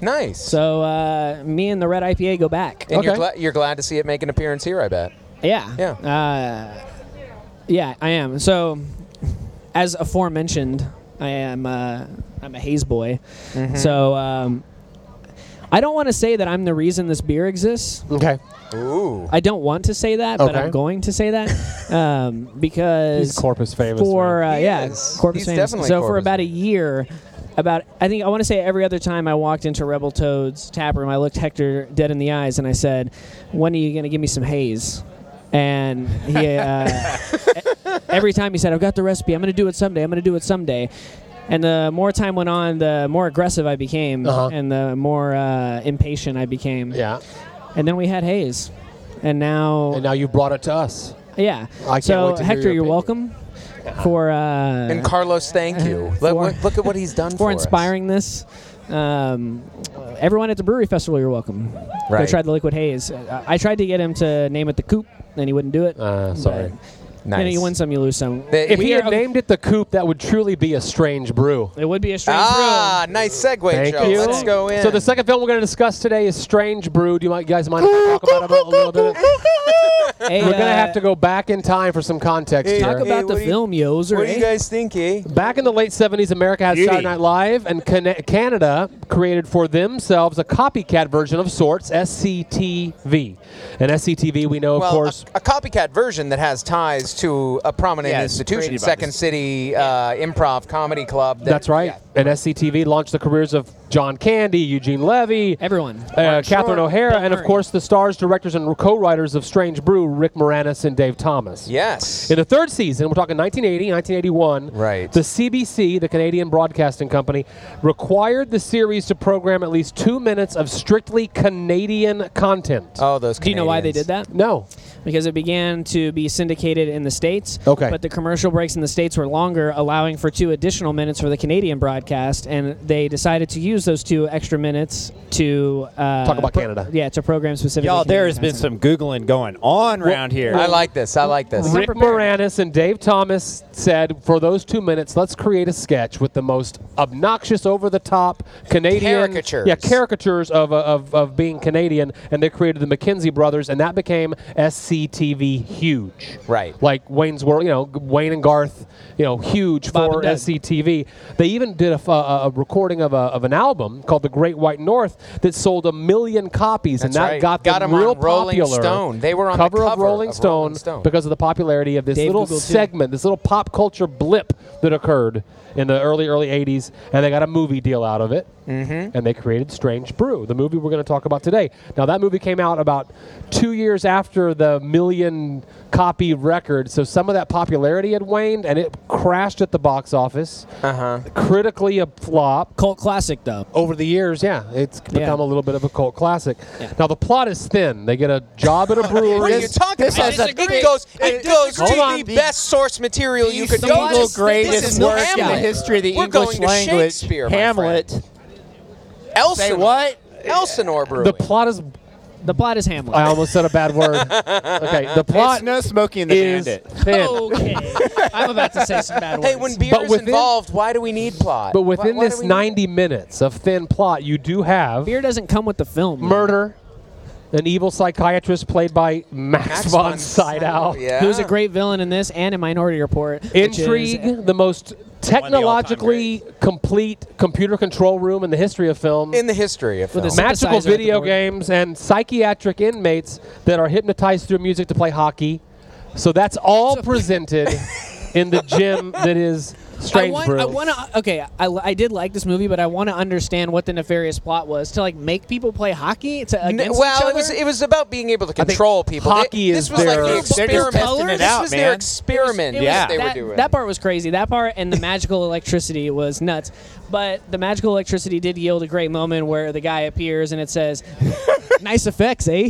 Speaker 2: nice.
Speaker 5: So uh, me and the red IPA go back.
Speaker 2: and you're,
Speaker 3: okay.
Speaker 2: gla- you're glad to see it make an appearance here, I bet.
Speaker 5: Yeah.
Speaker 2: Yeah.
Speaker 5: Uh, yeah, I am. So, as aforementioned, I am. Uh, I'm a haze boy.
Speaker 3: Mm-hmm.
Speaker 5: So, um, I don't want to say that I'm the reason this beer exists.
Speaker 3: Okay.
Speaker 2: Ooh.
Speaker 5: I don't want to say that, but
Speaker 3: Okay.
Speaker 5: I'm going to say that um, because
Speaker 3: He's Corpus famous.
Speaker 5: for uh,
Speaker 2: He
Speaker 5: yeah,
Speaker 2: is.
Speaker 5: Corpus
Speaker 2: He's
Speaker 5: famous.
Speaker 2: definitely
Speaker 5: so for
Speaker 2: Corpus
Speaker 5: about a year, about I think I want to say every other time I walked into Rebel Toad's tap room, I looked Hector dead in the eyes and I said, "When are you gonna give me some haze?" And he, uh, every time he said, "I've got the recipe. I'm gonna do it someday. I'm gonna do it someday." And the more time went on, the more aggressive I became,
Speaker 3: Uh-huh.
Speaker 5: and the more uh, impatient I became.
Speaker 3: yeah.
Speaker 5: And then we had haze, and now
Speaker 3: And now you've brought it to us.
Speaker 5: yeah.
Speaker 3: I can't
Speaker 5: so
Speaker 3: wait to hear
Speaker 5: Hector,
Speaker 3: your
Speaker 5: you're
Speaker 3: opinion.
Speaker 5: welcome for uh,
Speaker 2: And Carlos, thank you.
Speaker 5: For-
Speaker 2: Look, look- look at what he's done for,
Speaker 5: for
Speaker 2: us.
Speaker 5: inspiring this. Um, everyone at the brewery festival, you're welcome. Go
Speaker 2: Right.
Speaker 5: try the liquid haze. I, I tried to get him to name it the coop, and he wouldn't do it.
Speaker 3: Uh, sorry.
Speaker 5: You, know,
Speaker 2: Nice.
Speaker 5: you win some, you lose some.
Speaker 2: The-
Speaker 3: If
Speaker 5: We
Speaker 3: he
Speaker 5: are-
Speaker 3: had named it the Coop, that would truly be a strange brew.
Speaker 5: it would be a strange
Speaker 2: Ah, nice segue,
Speaker 3: Thank
Speaker 2: Joe.
Speaker 3: you.
Speaker 2: Let's go in.
Speaker 3: So the second film we're going to discuss today is Strange Brew. Do you mi- guys mind if I talk about it a little bit?
Speaker 5: brew. Hey,
Speaker 3: We're going to
Speaker 5: uh,
Speaker 3: have to go back in time for some context
Speaker 2: Hey,
Speaker 3: here.
Speaker 5: talk
Speaker 2: Hey,
Speaker 5: about the
Speaker 2: what do you-
Speaker 5: film, yo's.
Speaker 2: what do you guys think, eh?
Speaker 3: Back in the late 70s, America had Saturday Night Live, and Can- Canada created for themselves a copycat version of sorts, SCTV. And SCTV, we know, of
Speaker 2: Well,
Speaker 3: course.
Speaker 2: a, a copycat version that has ties to a prominent
Speaker 4: Yeah, it's
Speaker 2: institution,
Speaker 4: created by
Speaker 2: Second
Speaker 4: this-
Speaker 2: City uh, Improv Comedy Club. that-
Speaker 3: that's right.
Speaker 2: yeah.
Speaker 3: And SCTV launched the careers of John Candy, Eugene Levy,
Speaker 5: Everyone.
Speaker 3: uh,
Speaker 5: Mark Short,
Speaker 3: Catherine O'Hara,
Speaker 5: Bill
Speaker 3: and of
Speaker 5: Murray.
Speaker 3: course the stars, directors, and co-writers of Strange Brew, Rick Moranis and Dave Thomas.
Speaker 2: Yes.
Speaker 3: In the third season, we're talking 1980, 1981.
Speaker 2: Right.
Speaker 3: The CBC, the Canadian Broadcasting Company, required the series to program at least two minutes of strictly Canadian content.
Speaker 2: oh, those.
Speaker 5: Do you know why they did
Speaker 2: Canadians.
Speaker 5: that?
Speaker 3: no.
Speaker 5: Because it began to be syndicated in the states.
Speaker 3: Okay.
Speaker 5: But the commercial breaks in the states were longer, allowing for two additional minutes for the Canadian broadcast, and they decided to use those two extra minutes to uh,
Speaker 3: Talk about Canada.
Speaker 5: Yeah, to program specifically.
Speaker 4: Y'all, there
Speaker 5: Canadian
Speaker 4: has been
Speaker 5: content.
Speaker 4: some googling going on around here.
Speaker 2: I like this. I like this.
Speaker 3: Rick Moranis and Dave Thomas said, for those two minutes, let's create a sketch with the most obnoxious, over-the-top Canadian
Speaker 2: Caricatures.
Speaker 3: yeah, caricatures of, uh, of of being Canadian, and they created the McKenzie brothers, and that became SCTV huge.
Speaker 2: Right.
Speaker 3: like Wayne's World, you know, Wayne and Garth, you know, huge
Speaker 5: Bob
Speaker 3: for
Speaker 5: and Doug.
Speaker 3: SCTV. They even did a, f- a- a recording of, a, of an album called The Great White North that sold a million copies, and
Speaker 2: That's
Speaker 3: that
Speaker 2: right.
Speaker 3: got,
Speaker 2: Got
Speaker 3: them
Speaker 2: 'em on
Speaker 3: real
Speaker 2: Rolling
Speaker 3: popular.
Speaker 2: Stone. They were on the
Speaker 3: cover of
Speaker 2: cover
Speaker 3: Rolling
Speaker 2: of
Speaker 3: Stone,
Speaker 2: Rolling Stone.
Speaker 3: because of the popularity of this
Speaker 5: Dave
Speaker 3: little
Speaker 5: Googled, too.
Speaker 3: segment, this little pop culture blip that occurred in the early early '80s, and they got a movie deal out of it, mm-hmm. and they created Strange Brew, the movie we're going to talk about today. Now that movie came out about two years after the million copy record, so some of that popularity had waned, and it crashed at the box office, uh-huh. critically a flop
Speaker 5: cult classic though.
Speaker 3: over the years, yeah, it's become a little bit of a cult classic. Now the plot is thin. They get a job at a brewery.
Speaker 2: What are you talking
Speaker 4: this
Speaker 2: about?
Speaker 4: has a
Speaker 2: it goes, it goes to
Speaker 3: Hold on.
Speaker 2: the best source material you could go
Speaker 4: single
Speaker 2: to. this
Speaker 4: greatest
Speaker 2: is
Speaker 4: work in the
Speaker 2: Hamlet.
Speaker 4: history of the
Speaker 2: We're
Speaker 4: English
Speaker 2: going To
Speaker 4: language.
Speaker 2: Shakespeare, my
Speaker 4: Hamlet.
Speaker 2: friend. Elsinore.
Speaker 4: Say what?
Speaker 2: Elsinore Brewing.
Speaker 3: the plot is.
Speaker 5: The plot is Hamlet.
Speaker 3: I almost said a bad word. Okay, the plot
Speaker 4: It's no smoking the
Speaker 3: is
Speaker 4: bandit.
Speaker 3: thin.
Speaker 5: okay, I'm about to say some bad words.
Speaker 2: hey, when beer is
Speaker 3: within-
Speaker 2: involved, why do we need plot?
Speaker 3: But
Speaker 2: Why-
Speaker 3: within
Speaker 2: why do
Speaker 3: this
Speaker 2: we need-
Speaker 3: 90 minutes of thin plot, you do have
Speaker 5: beer doesn't come with the film,
Speaker 3: murder, an evil psychiatrist played by Max,
Speaker 2: Max
Speaker 3: von,
Speaker 2: von Sydow,
Speaker 3: Sydow.
Speaker 2: yeah.
Speaker 5: Who's a great villain in this and in Minority Report? which is-
Speaker 3: Intrigue, the most technologically complete computer control room in the history of film.
Speaker 2: in the history of film.
Speaker 5: a synthesizer
Speaker 3: magical
Speaker 5: at the
Speaker 3: video
Speaker 5: board.
Speaker 3: games and psychiatric inmates that are hypnotized through music to play hockey. So that's all presented in the gym that is
Speaker 5: I
Speaker 3: Strange
Speaker 5: want,
Speaker 3: Brew.
Speaker 5: I want to. Okay, I, I did like this movie, but I want to understand what the nefarious plot was to like make people play hockey to
Speaker 2: N-
Speaker 5: against
Speaker 2: well,
Speaker 5: each other.
Speaker 2: it was it was about being able to control people.
Speaker 3: hockey
Speaker 2: They-
Speaker 3: is
Speaker 2: this was like the
Speaker 3: their-
Speaker 4: They're just
Speaker 2: experiment.
Speaker 5: testing it
Speaker 2: this
Speaker 4: out,
Speaker 2: was their
Speaker 4: man.
Speaker 2: experiment.
Speaker 5: It was-
Speaker 4: Yeah.
Speaker 2: that they
Speaker 5: that,
Speaker 2: were doing.
Speaker 5: that part was crazy. That part and the magical electricity was nuts. But the magical electricity did yield a great moment where the guy appears and it says, "Nice effects, eh?"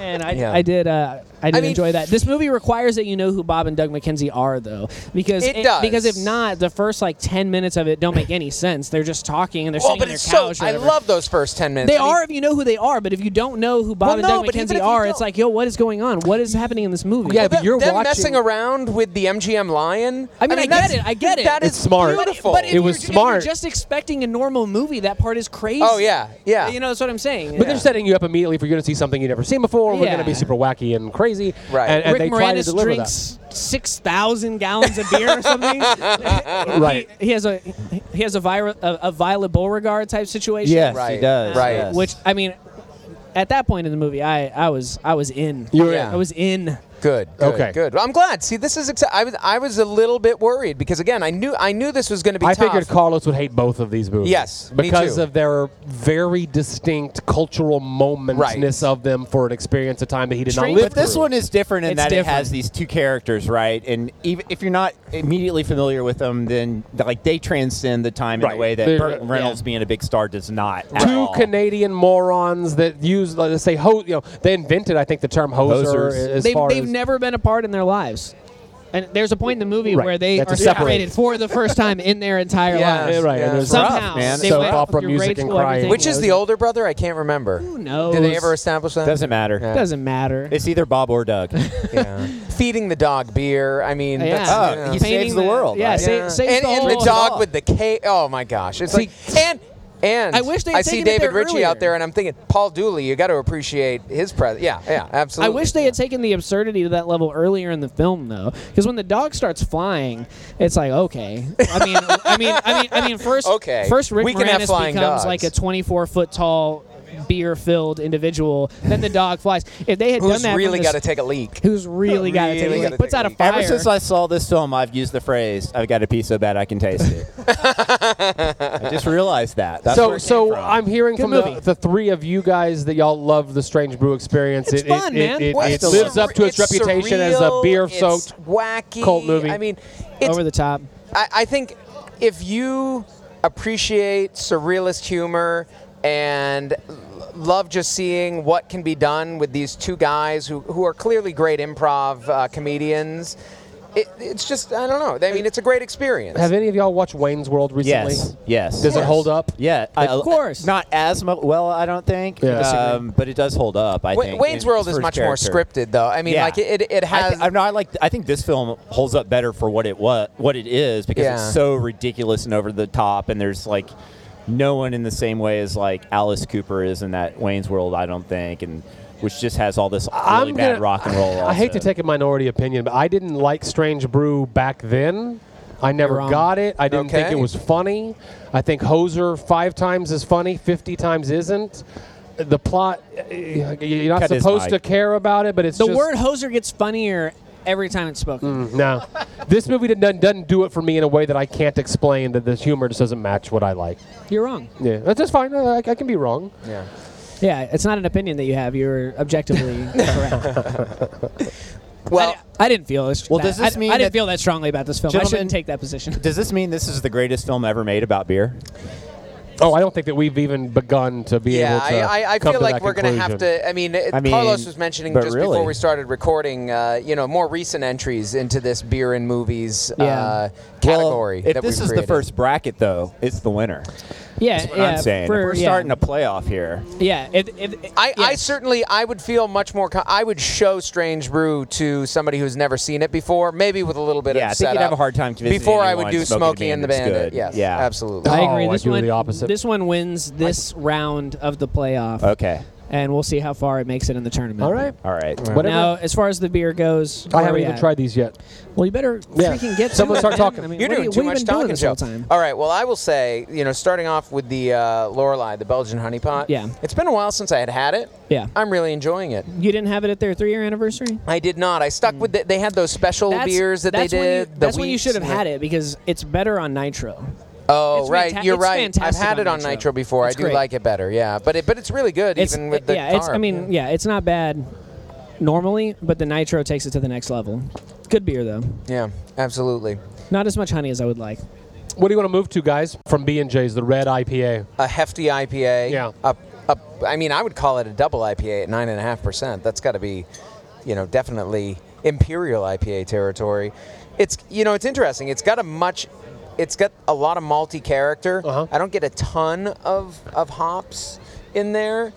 Speaker 5: And I,
Speaker 2: Yeah.
Speaker 5: I did, uh, I did
Speaker 2: Uh-huh. mean,
Speaker 5: enjoy that. This movie requires that you know who Bob and Doug McKenzie are, though, because
Speaker 2: It does.
Speaker 5: because if not, the first like ten minutes of it don't make any sense. They're just talking and they're
Speaker 2: oh,
Speaker 5: sitting
Speaker 2: but
Speaker 5: on
Speaker 2: it's
Speaker 5: their
Speaker 2: so.
Speaker 5: couch. or
Speaker 2: I
Speaker 5: whatever.
Speaker 2: love those first ten minutes.
Speaker 5: They
Speaker 2: I mean,
Speaker 5: are if you know who they are, but if you don't know who Bob
Speaker 2: Well,
Speaker 5: and
Speaker 2: no,
Speaker 5: Doug
Speaker 2: but even if you
Speaker 5: McKenzie are, it's
Speaker 2: don't-
Speaker 5: like, yo, what is going on? What is happening in this movie?
Speaker 3: Yeah,
Speaker 5: Well,
Speaker 3: but
Speaker 2: them-
Speaker 3: you're
Speaker 2: them
Speaker 3: watching-
Speaker 2: messing around with the MGM lion.
Speaker 5: I mean, I get
Speaker 2: that's-
Speaker 5: it, I get it.
Speaker 2: That
Speaker 3: It's
Speaker 2: is
Speaker 3: smart. But-
Speaker 2: Beautiful.
Speaker 5: But if
Speaker 3: It was
Speaker 5: you're,
Speaker 3: smart.
Speaker 5: If you're just expecting a normal movie, that part is crazy.
Speaker 2: oh yeah, yeah.
Speaker 5: You know, that's what I'm saying.
Speaker 3: But they're setting you up immediately for you to see something you've never seen before. We're going to be
Speaker 5: Yeah.
Speaker 3: super wacky and crazy.
Speaker 2: Right.
Speaker 3: And, and
Speaker 5: Rick
Speaker 3: they try to
Speaker 5: Moranis
Speaker 3: deliver
Speaker 5: drinks six thousand gallons of beer or something.
Speaker 3: that. Right.
Speaker 5: he has a he has a viral a, a Violet Beauregard type situation.
Speaker 4: Yes,
Speaker 2: Right.
Speaker 4: he does.
Speaker 2: Right.
Speaker 4: yes.
Speaker 5: Which I mean, at that point in the movie, I I was I was in.
Speaker 3: You were
Speaker 2: Yeah.
Speaker 5: I was in.
Speaker 2: Good. good,
Speaker 3: Okay.
Speaker 2: Good. Well, I'm glad. See, this is. Exci- I was. I was a little bit worried because again, I knew. I knew this was going to be.
Speaker 3: I
Speaker 2: tough.
Speaker 3: figured Carlos would hate both of these movies.
Speaker 2: Yes, me
Speaker 3: Because
Speaker 2: too.
Speaker 3: of their very distinct cultural momentsness of them for an experience of time that he did
Speaker 5: Strange-
Speaker 3: not live
Speaker 4: But this
Speaker 3: through.
Speaker 4: one is different in
Speaker 5: It's
Speaker 4: that it
Speaker 5: different.
Speaker 4: has these two characters, right? And even if you're not immediately familiar with them, then like they transcend the time in
Speaker 3: Right.
Speaker 4: a way that
Speaker 3: They're-
Speaker 4: Burt Reynolds being a big star does not. at
Speaker 3: two
Speaker 4: all.
Speaker 3: Canadian morons that use, like, let's say, ho- you know, they invented, I think, the term hoser.
Speaker 4: Hosers.
Speaker 3: As
Speaker 5: they've,
Speaker 3: far
Speaker 5: they've
Speaker 3: as
Speaker 5: never been apart in their lives. And there's a point in the movie
Speaker 3: Right.
Speaker 5: where they
Speaker 3: That's
Speaker 5: are
Speaker 3: a separate-
Speaker 5: separated for the first time in their entire
Speaker 2: Yeah.
Speaker 5: lives.
Speaker 3: Yeah, right.
Speaker 2: Yeah.
Speaker 3: And there's
Speaker 5: Somehow,
Speaker 4: rough, man.
Speaker 5: they
Speaker 4: Soap
Speaker 5: went
Speaker 3: opera
Speaker 5: through
Speaker 3: music
Speaker 5: grade
Speaker 3: and
Speaker 5: school,
Speaker 3: crying.
Speaker 5: everything
Speaker 2: Which is
Speaker 5: goes-
Speaker 2: the older brother? I can't remember.
Speaker 5: Who knows?
Speaker 2: Did they ever establish that?
Speaker 4: Doesn't matter.
Speaker 5: Doesn't matter.
Speaker 4: It's either Bob or Doug.
Speaker 2: Yeah. Feeding the dog beer. I mean,
Speaker 5: Yeah.
Speaker 2: that's,
Speaker 4: oh,
Speaker 2: you
Speaker 4: he
Speaker 2: know.
Speaker 5: Painting
Speaker 4: saves the
Speaker 5: the-
Speaker 4: world.
Speaker 5: yeah,
Speaker 4: right?
Speaker 5: sa-
Speaker 2: Yeah.
Speaker 5: saves
Speaker 2: and,
Speaker 5: the
Speaker 2: and
Speaker 5: whole
Speaker 2: dog
Speaker 4: dog.
Speaker 2: with the K. Oh my gosh, it's like and and
Speaker 5: I wish they had
Speaker 2: I see
Speaker 5: taken it
Speaker 2: David
Speaker 5: there
Speaker 2: Ritchie out there,
Speaker 5: earlier.
Speaker 2: and I'm thinking Paul Dooley. You got to appreciate his presence. Yeah, yeah,
Speaker 5: I
Speaker 2: absolutely.
Speaker 5: wish they had taken the absurdity to that level earlier in the film, though, because when the dog starts flying, it's like okay. I mean, I mean, I mean, I mean, first,
Speaker 2: Okay.
Speaker 5: first Rick
Speaker 2: We can have
Speaker 5: Moranis
Speaker 2: flying
Speaker 5: becomes
Speaker 2: dogs.
Speaker 5: like a 24 foot tall, beer filled individual. Then the dog flies. If they had
Speaker 2: Who's
Speaker 5: done that,
Speaker 2: really
Speaker 5: got
Speaker 2: got to take a leak?
Speaker 5: Who's really got to
Speaker 2: Really
Speaker 5: take
Speaker 2: gotta
Speaker 5: it? Puts
Speaker 2: take
Speaker 5: out
Speaker 2: a
Speaker 5: a
Speaker 2: leak.
Speaker 5: fire.
Speaker 4: Ever since I saw this film, I've used the phrase, "I've got to pee so bad I can taste it." I just realized that. That's
Speaker 3: so
Speaker 4: where it came
Speaker 3: so
Speaker 4: from.
Speaker 3: I'm hearing
Speaker 5: Good
Speaker 3: from the,
Speaker 5: movie.
Speaker 3: the three of you guys that y'all love the Strange Brew experience.
Speaker 5: It's
Speaker 3: it,
Speaker 5: fun,
Speaker 3: it,
Speaker 5: man.
Speaker 3: It, it,
Speaker 5: Well,
Speaker 3: it
Speaker 5: it's
Speaker 3: lives
Speaker 5: surre-
Speaker 3: up to its,
Speaker 2: it's
Speaker 3: reputation as a
Speaker 2: surreal,
Speaker 3: beer
Speaker 2: it's
Speaker 3: soaked.
Speaker 2: wacky
Speaker 3: cult movie.
Speaker 2: I mean, it's
Speaker 5: over the top.
Speaker 2: I, I think if you appreciate surrealist humor and l- love just seeing what can be done with these two guys who, who are clearly great improv uh, comedians, it, it's just, I don't know. I mean, it's a great experience.
Speaker 3: Have any of y'all watched Wayne's World recently?
Speaker 4: Yes. Yes.
Speaker 3: Does it hold up?
Speaker 4: Yeah, I-
Speaker 5: Of course.
Speaker 4: Not as mu- well, I don't think.
Speaker 3: Yeah. I
Speaker 4: Um, but it does hold up. I
Speaker 2: Wa-
Speaker 4: think.
Speaker 2: Wayne's
Speaker 4: in
Speaker 2: World is
Speaker 4: its first
Speaker 2: much more
Speaker 4: character.
Speaker 2: scripted, though. I mean,
Speaker 4: Yeah.
Speaker 2: like, it, it, it
Speaker 4: I
Speaker 2: has.
Speaker 4: th- I'm not like. I think this film holds up better for what it was, what it is, because
Speaker 2: Yeah.
Speaker 4: it's so ridiculous and over the top, and there's like no one in the same way as like Alice Cooper is in that Wayne's World. I don't think, and which just has all this really
Speaker 3: I'm
Speaker 4: bad
Speaker 3: gonna-
Speaker 4: rock and roll.
Speaker 3: I hate
Speaker 4: also.
Speaker 3: to take a minority opinion, but I didn't like Strange Brew back then. I never
Speaker 5: wrong.
Speaker 3: got it. I didn't think
Speaker 2: Okay.
Speaker 3: it was funny. I think Hoser five times is funny, 50 times isn't. The plot, eh, you're not
Speaker 4: Cut his
Speaker 3: supposed to
Speaker 4: mic.
Speaker 3: care about it, but it's
Speaker 5: The
Speaker 3: just, Mm,
Speaker 5: word hoser gets funnier every time it's spoken.
Speaker 3: No, this movie didn't- doesn't, doesn't do it for me in a way that I can't explain. That the humor just doesn't match what I like.
Speaker 5: You're wrong.
Speaker 3: Yeah, that's just fine. I, I can be wrong.
Speaker 2: yeah.
Speaker 5: Yeah, it's not an opinion that you have. You're objectively correct.
Speaker 2: Well,
Speaker 5: I, I didn't feel this.
Speaker 4: Well,
Speaker 5: that-
Speaker 4: does this
Speaker 5: I,
Speaker 4: mean
Speaker 5: I didn't
Speaker 4: that-
Speaker 5: feel that strongly about this film? I
Speaker 4: Gentlemen-
Speaker 5: shouldn't take that position.
Speaker 4: Does this mean this is the greatest film ever made about beer?
Speaker 3: Oh, I don't think that we've even begun to be
Speaker 2: yeah,
Speaker 3: able to.
Speaker 2: I, I, I
Speaker 3: come
Speaker 2: feel
Speaker 3: to
Speaker 2: like
Speaker 3: that
Speaker 2: we're going to have
Speaker 3: conclusion.
Speaker 2: to. I mean, it-
Speaker 4: I mean,
Speaker 2: Carlos was mentioning
Speaker 4: but
Speaker 2: just
Speaker 4: really.
Speaker 2: before we started recording, uh, you know, more recent entries into this beer and movies uh, category.
Speaker 4: Well, if
Speaker 2: that
Speaker 4: this
Speaker 2: we've
Speaker 4: is
Speaker 2: created.
Speaker 4: the first bracket, though, it's the winner.
Speaker 5: yeah,
Speaker 4: That's what
Speaker 5: yeah.
Speaker 4: I'm saying. If
Speaker 5: for-
Speaker 4: we're
Speaker 5: yeah.
Speaker 4: starting a playoff here.
Speaker 5: Yeah, it, it,
Speaker 2: I, I
Speaker 5: yes.
Speaker 2: certainly I would feel much more. Com- I would show Strange Brew to somebody who's never seen it before, maybe with a little bit
Speaker 4: Yeah, I
Speaker 2: of
Speaker 4: think you'd
Speaker 2: setup.
Speaker 4: have a hard time convincing
Speaker 2: Before I would
Speaker 4: anyone
Speaker 2: do
Speaker 4: Smokey
Speaker 2: Smokey and the
Speaker 4: Bandit's
Speaker 2: Bandit.
Speaker 4: good.
Speaker 2: Yes,
Speaker 4: Yeah.
Speaker 2: absolutely.
Speaker 5: I
Speaker 3: Oh,
Speaker 5: agree.
Speaker 3: I
Speaker 5: This
Speaker 3: do
Speaker 5: one,
Speaker 3: the opposite.
Speaker 5: This one wins this round of the playoff.
Speaker 4: Okay.
Speaker 5: and we'll see how far it makes it in the tournament.
Speaker 3: All right.
Speaker 4: All right.
Speaker 3: Whatever.
Speaker 5: Now, as far as the beer goes,
Speaker 3: I
Speaker 5: where
Speaker 3: haven't
Speaker 5: we
Speaker 3: even
Speaker 5: at?
Speaker 3: tried these yet.
Speaker 5: Well, you better
Speaker 3: Yeah.
Speaker 5: freaking get. to
Speaker 3: Someone
Speaker 5: it,
Speaker 3: start
Speaker 5: man.
Speaker 3: talking.
Speaker 5: I mean,
Speaker 2: You're
Speaker 5: what
Speaker 2: doing
Speaker 5: have
Speaker 2: too
Speaker 5: you
Speaker 2: much
Speaker 5: been doing
Speaker 2: talking,
Speaker 5: this
Speaker 2: Joe.
Speaker 5: whole time?
Speaker 2: All right. Well, I will say, you know, starting off with the uh, Lorelei, the Belgian honey pot.
Speaker 5: Yeah.
Speaker 2: It's been a while since I had had it.
Speaker 5: Yeah.
Speaker 2: I'm really enjoying it.
Speaker 5: You didn't have it at their three-year anniversary.
Speaker 2: I did not. I stuck with. The, they had those special beers that they
Speaker 5: that's when you-
Speaker 2: did. the
Speaker 5: that's when you
Speaker 2: wheats
Speaker 5: should have
Speaker 2: and the-
Speaker 5: had it because it's better on nitro.
Speaker 2: Oh,
Speaker 5: It's
Speaker 2: right.
Speaker 5: fanta-
Speaker 2: You're
Speaker 5: it's
Speaker 2: right. I've
Speaker 5: fantastic
Speaker 2: had
Speaker 5: on
Speaker 2: it on
Speaker 5: nitro.
Speaker 2: nitro, before.
Speaker 5: It's
Speaker 2: I do
Speaker 5: great.
Speaker 2: like it better. Yeah, but it but it's really good
Speaker 5: It's
Speaker 2: even with the
Speaker 5: yeah. It's I
Speaker 2: carb.
Speaker 5: mean yeah. It's not bad normally, but the nitro takes it to the next level. Good beer though.
Speaker 2: yeah, absolutely.
Speaker 5: Not as much honey as I would like.
Speaker 3: What do you want to move to, guys? From B and J's, the red IPA.
Speaker 2: A hefty IPA.
Speaker 3: Yeah.
Speaker 2: Up, up. I mean, I would call it a double IPA at nine and a half percent. That's got to be, you know, definitely imperial IPA territory. It's you know, it's interesting. It's got a much. It's got a lot of malty character.
Speaker 3: Uh-huh.
Speaker 2: I don't get a ton of of hops in there,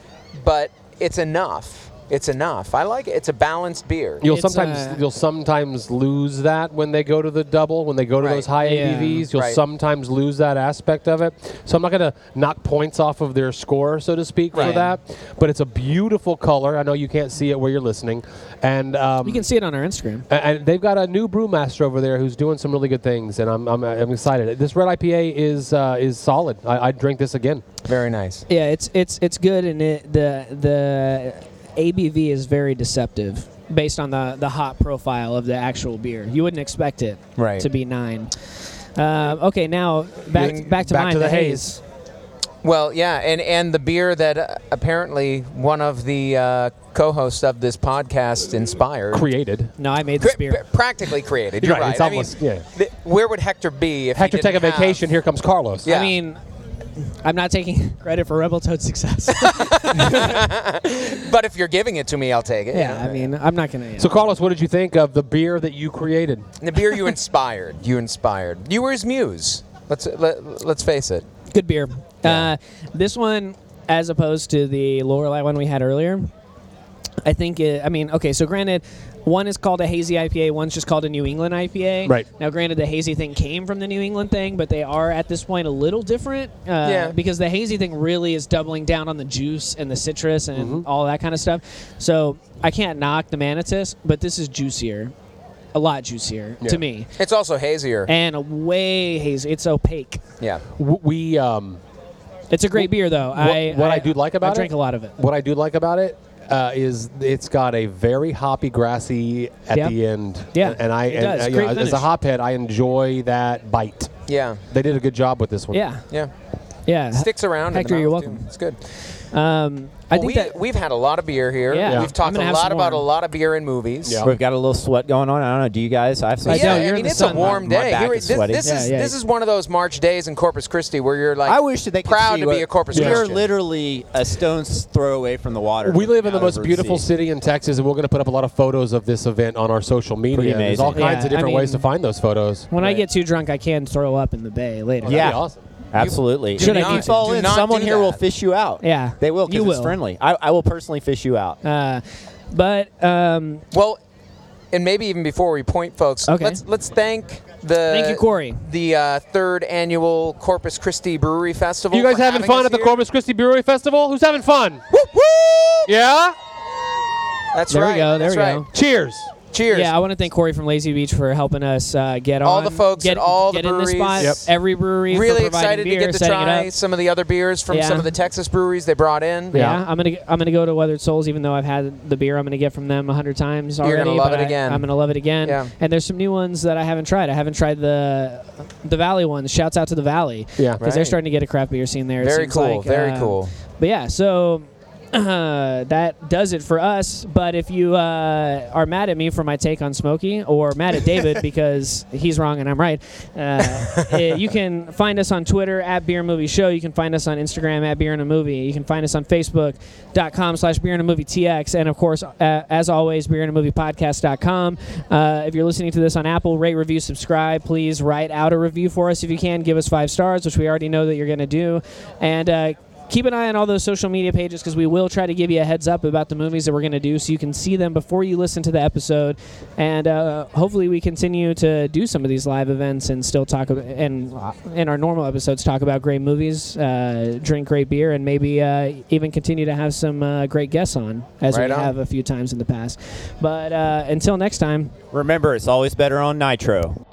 Speaker 2: but it's enough. It's enough. I like it. It's a balanced beer.
Speaker 3: You'll
Speaker 5: It's,
Speaker 3: sometimes
Speaker 5: uh,
Speaker 3: you'll sometimes lose that when they go to the double, when they go to
Speaker 2: Right.
Speaker 3: those high
Speaker 5: Yeah.
Speaker 3: ABVs, you'll
Speaker 2: Right.
Speaker 3: sometimes lose that aspect of it. So I'm not going to knock points off of their score, so to speak, for
Speaker 5: Right.
Speaker 3: that. But it's a beautiful color. I know you can't see it where you're listening, and um,
Speaker 5: You can see it on our Instagram.
Speaker 3: a- and they've got a new brewmaster over there who's doing some really good things, and I'm I'm, I'm excited. This red IPA is uh, is solid. I, I'd drink this again.
Speaker 2: Very nice.
Speaker 5: Yeah, it's it's it's good, and it the the ABV is very deceptive based on the the hop profile of the actual beer. You wouldn't expect it
Speaker 2: Right.
Speaker 5: to be nine. Um, okay, now back
Speaker 2: Doing-
Speaker 5: back to
Speaker 3: back
Speaker 5: mine.
Speaker 3: to the
Speaker 5: haze.
Speaker 2: Well, yeah, and and the beer that uh, apparently one of the uh, co-hosts of this podcast inspired.
Speaker 3: Created.
Speaker 5: No, I made this
Speaker 2: Cre-
Speaker 5: beer.
Speaker 2: practically created. You're
Speaker 3: Right,
Speaker 2: right.
Speaker 3: it's
Speaker 2: I mean,
Speaker 3: almost- yeah.
Speaker 2: th- where would Hector be if he
Speaker 3: Hector, take a
Speaker 2: didn't have-
Speaker 3: vacation. Here comes Carlos.
Speaker 2: Yeah.
Speaker 5: I mean, I'm not taking credit for Rebel Toad's success.
Speaker 2: But if you're giving it to me, I'll take it.
Speaker 5: yeah, I mean, I'm not gonna. yeah.
Speaker 3: So, Carlos, what did you think of the beer that you created?
Speaker 2: the beer you inspired. You inspired. You were his muse. Let's uh, let, let's face it.
Speaker 5: good beer. Uh, this one, as opposed to the Lorelei one we had earlier, I think. It, I mean, okay. So granted, one is called a hazy IPA. One's just called a New England IPA.
Speaker 3: Right.
Speaker 5: Now, granted, the hazy thing came from the New England thing, but they are at this point a little different. Uh,
Speaker 2: Yeah.
Speaker 5: Because the hazy thing really is doubling down on the juice and the citrus and
Speaker 3: Mm-hmm.
Speaker 5: all that kind of stuff. So I can't knock the Manatus, but this is juicier, a lot juicier
Speaker 3: Yeah.
Speaker 5: to me,
Speaker 2: It's also hazier.
Speaker 5: and a way hazy. It's opaque.
Speaker 2: yeah.
Speaker 3: W- We um,
Speaker 5: It's a great beer, though. I
Speaker 3: what I do like about
Speaker 5: I drink
Speaker 3: it-
Speaker 5: a lot of it.
Speaker 3: what I do like about it uh, is it's got a very hoppy, grassy at
Speaker 5: Yeah.
Speaker 3: the end.
Speaker 5: Yeah,
Speaker 3: and I
Speaker 5: it
Speaker 3: and,
Speaker 5: does.
Speaker 3: uh, you
Speaker 5: Great
Speaker 3: know, as a
Speaker 5: finish.
Speaker 3: hophead, I enjoy that bite.
Speaker 2: Yeah.
Speaker 3: They did a good job with this one.
Speaker 5: Yeah,
Speaker 2: Yeah.
Speaker 5: yeah.
Speaker 2: Sticks around.
Speaker 5: Hector,
Speaker 2: in the
Speaker 5: you're
Speaker 2: mouth,
Speaker 5: welcome.
Speaker 2: Too. It's good.
Speaker 5: Um, I
Speaker 2: Well,
Speaker 5: think
Speaker 2: we,
Speaker 5: that
Speaker 2: we've had a lot of beer here.
Speaker 5: Yeah. Yeah.
Speaker 2: We've talked
Speaker 5: I'm gonna
Speaker 2: a
Speaker 5: have
Speaker 2: lot
Speaker 5: some
Speaker 2: about a
Speaker 5: more.
Speaker 2: lot of beer and movies.
Speaker 3: Yeah.
Speaker 4: We've got a little sweat going on. I don't know. Do you guys? I have some.
Speaker 5: I
Speaker 2: Yeah,
Speaker 5: don't.
Speaker 2: I
Speaker 5: You're in
Speaker 2: mean
Speaker 5: the
Speaker 2: it's
Speaker 5: sun.
Speaker 2: a warm
Speaker 4: My- my
Speaker 2: day.
Speaker 4: back
Speaker 2: Here-
Speaker 4: is
Speaker 2: this,
Speaker 4: sweaty.
Speaker 2: this is
Speaker 5: Yeah, yeah.
Speaker 2: this is one of those March days in Corpus Christi where you're like
Speaker 4: I wish that they could
Speaker 2: proud
Speaker 4: see
Speaker 2: to be
Speaker 4: what-
Speaker 2: a Corpus
Speaker 4: We're
Speaker 2: Christian.
Speaker 4: literally a stone's throw away from the water.
Speaker 3: We live in the
Speaker 4: Out
Speaker 3: most
Speaker 4: over
Speaker 3: beautiful
Speaker 4: sea.
Speaker 3: city in Texas, and we're going to put up a lot of photos of this event on our social media. There's all
Speaker 4: amazing.
Speaker 3: kinds
Speaker 5: Yeah,
Speaker 3: of different
Speaker 5: I mean-
Speaker 3: ways to find those photos.
Speaker 5: when I
Speaker 4: Right.
Speaker 5: get too drunk, I can throw up in the bay later.
Speaker 3: That'd be
Speaker 4: Yeah.
Speaker 3: awesome.
Speaker 4: Absolutely.
Speaker 2: Do Should I
Speaker 4: if
Speaker 2: not-
Speaker 4: you fall
Speaker 2: do
Speaker 4: in,
Speaker 2: not
Speaker 4: someone
Speaker 2: do
Speaker 4: here will
Speaker 2: that.
Speaker 4: fish you out.
Speaker 5: Yeah.
Speaker 4: They will
Speaker 5: You
Speaker 4: because it's
Speaker 5: will.
Speaker 4: friendly. I, I will personally fish you out.
Speaker 5: Uh, but um,
Speaker 2: Well, and maybe even before we point, folks,
Speaker 5: Okay.
Speaker 2: let's let's thank the
Speaker 5: Thank you, Corey.
Speaker 2: the uh, third annual Corpus Christi Brewery Festival.
Speaker 3: You guys
Speaker 2: for
Speaker 3: having fun
Speaker 2: us
Speaker 3: at the
Speaker 2: here.
Speaker 3: Corpus Christi Brewery Festival? Who's having fun?
Speaker 2: Woo, woo!
Speaker 3: Yeah.
Speaker 2: That's
Speaker 5: There we
Speaker 2: right.
Speaker 5: go, there
Speaker 2: that's
Speaker 5: we
Speaker 2: right.
Speaker 5: go.
Speaker 3: Cheers.
Speaker 2: Cheers.
Speaker 5: yeah, I want to thank Corey from Lazy Beach for helping us uh, get
Speaker 2: All
Speaker 5: on
Speaker 2: the folks
Speaker 5: get,
Speaker 2: at all the
Speaker 5: get in this
Speaker 2: breweries.
Speaker 5: spot.
Speaker 3: Yep.
Speaker 5: Every brewery for
Speaker 2: really
Speaker 5: providing
Speaker 2: excited
Speaker 5: beer,
Speaker 2: to get to
Speaker 5: setting it
Speaker 2: try
Speaker 5: up.
Speaker 2: some of the other beers from
Speaker 5: Yeah.
Speaker 2: some of the Texas breweries they brought in.
Speaker 5: Yeah.
Speaker 3: Yeah.
Speaker 5: I'm gonna I'm gonna go to Weathered Souls, even though I've had the beer I'm gonna get from them a hundred times
Speaker 2: You're
Speaker 5: already.
Speaker 2: gonna love
Speaker 5: but
Speaker 2: it
Speaker 5: I-
Speaker 2: again.
Speaker 5: I'm gonna love it again.
Speaker 2: Yeah.
Speaker 5: And there's some new ones that I haven't tried. I haven't tried the the Valley ones. Shouts out to the Valley.
Speaker 3: Yeah.
Speaker 5: because they're
Speaker 2: Right.
Speaker 5: starting to get a craft beer scene there. it
Speaker 2: Very
Speaker 5: seems
Speaker 2: cool.
Speaker 5: like.
Speaker 2: very
Speaker 5: Uh,
Speaker 2: cool.
Speaker 5: But yeah, so uh, that does it for us. But if you uh, are mad at me for my take on Smokey, or mad at David because he's wrong and I'm right, uh, eh, you can find us on Twitter at Beer and Movie Show. You can find us on Instagram at Beer and a Movie. You can find us on Facebook.com slash Beer and a Movie TX. And of course, uh, as always, Beer and a Movie Podcast.com. Uh, if you're listening to this on Apple, rate, review, subscribe. Please write out a review for us if you can. Give us five stars, which we already know that you're going to do. And, uh, keep an eye on all those social media pages because we will try to give you a heads up about the movies that we're going to do so you can see them before you listen to the episode. And uh, hopefully, we continue to do some of these live events and still talk about, and uh, in our normal episodes, talk about great movies, uh, drink great beer, and maybe uh, even continue to have some uh, great guests on as
Speaker 2: Right
Speaker 5: we
Speaker 2: on.
Speaker 5: have a few times in the past. But uh, until next time,
Speaker 4: Remember, it's always better on Nitro.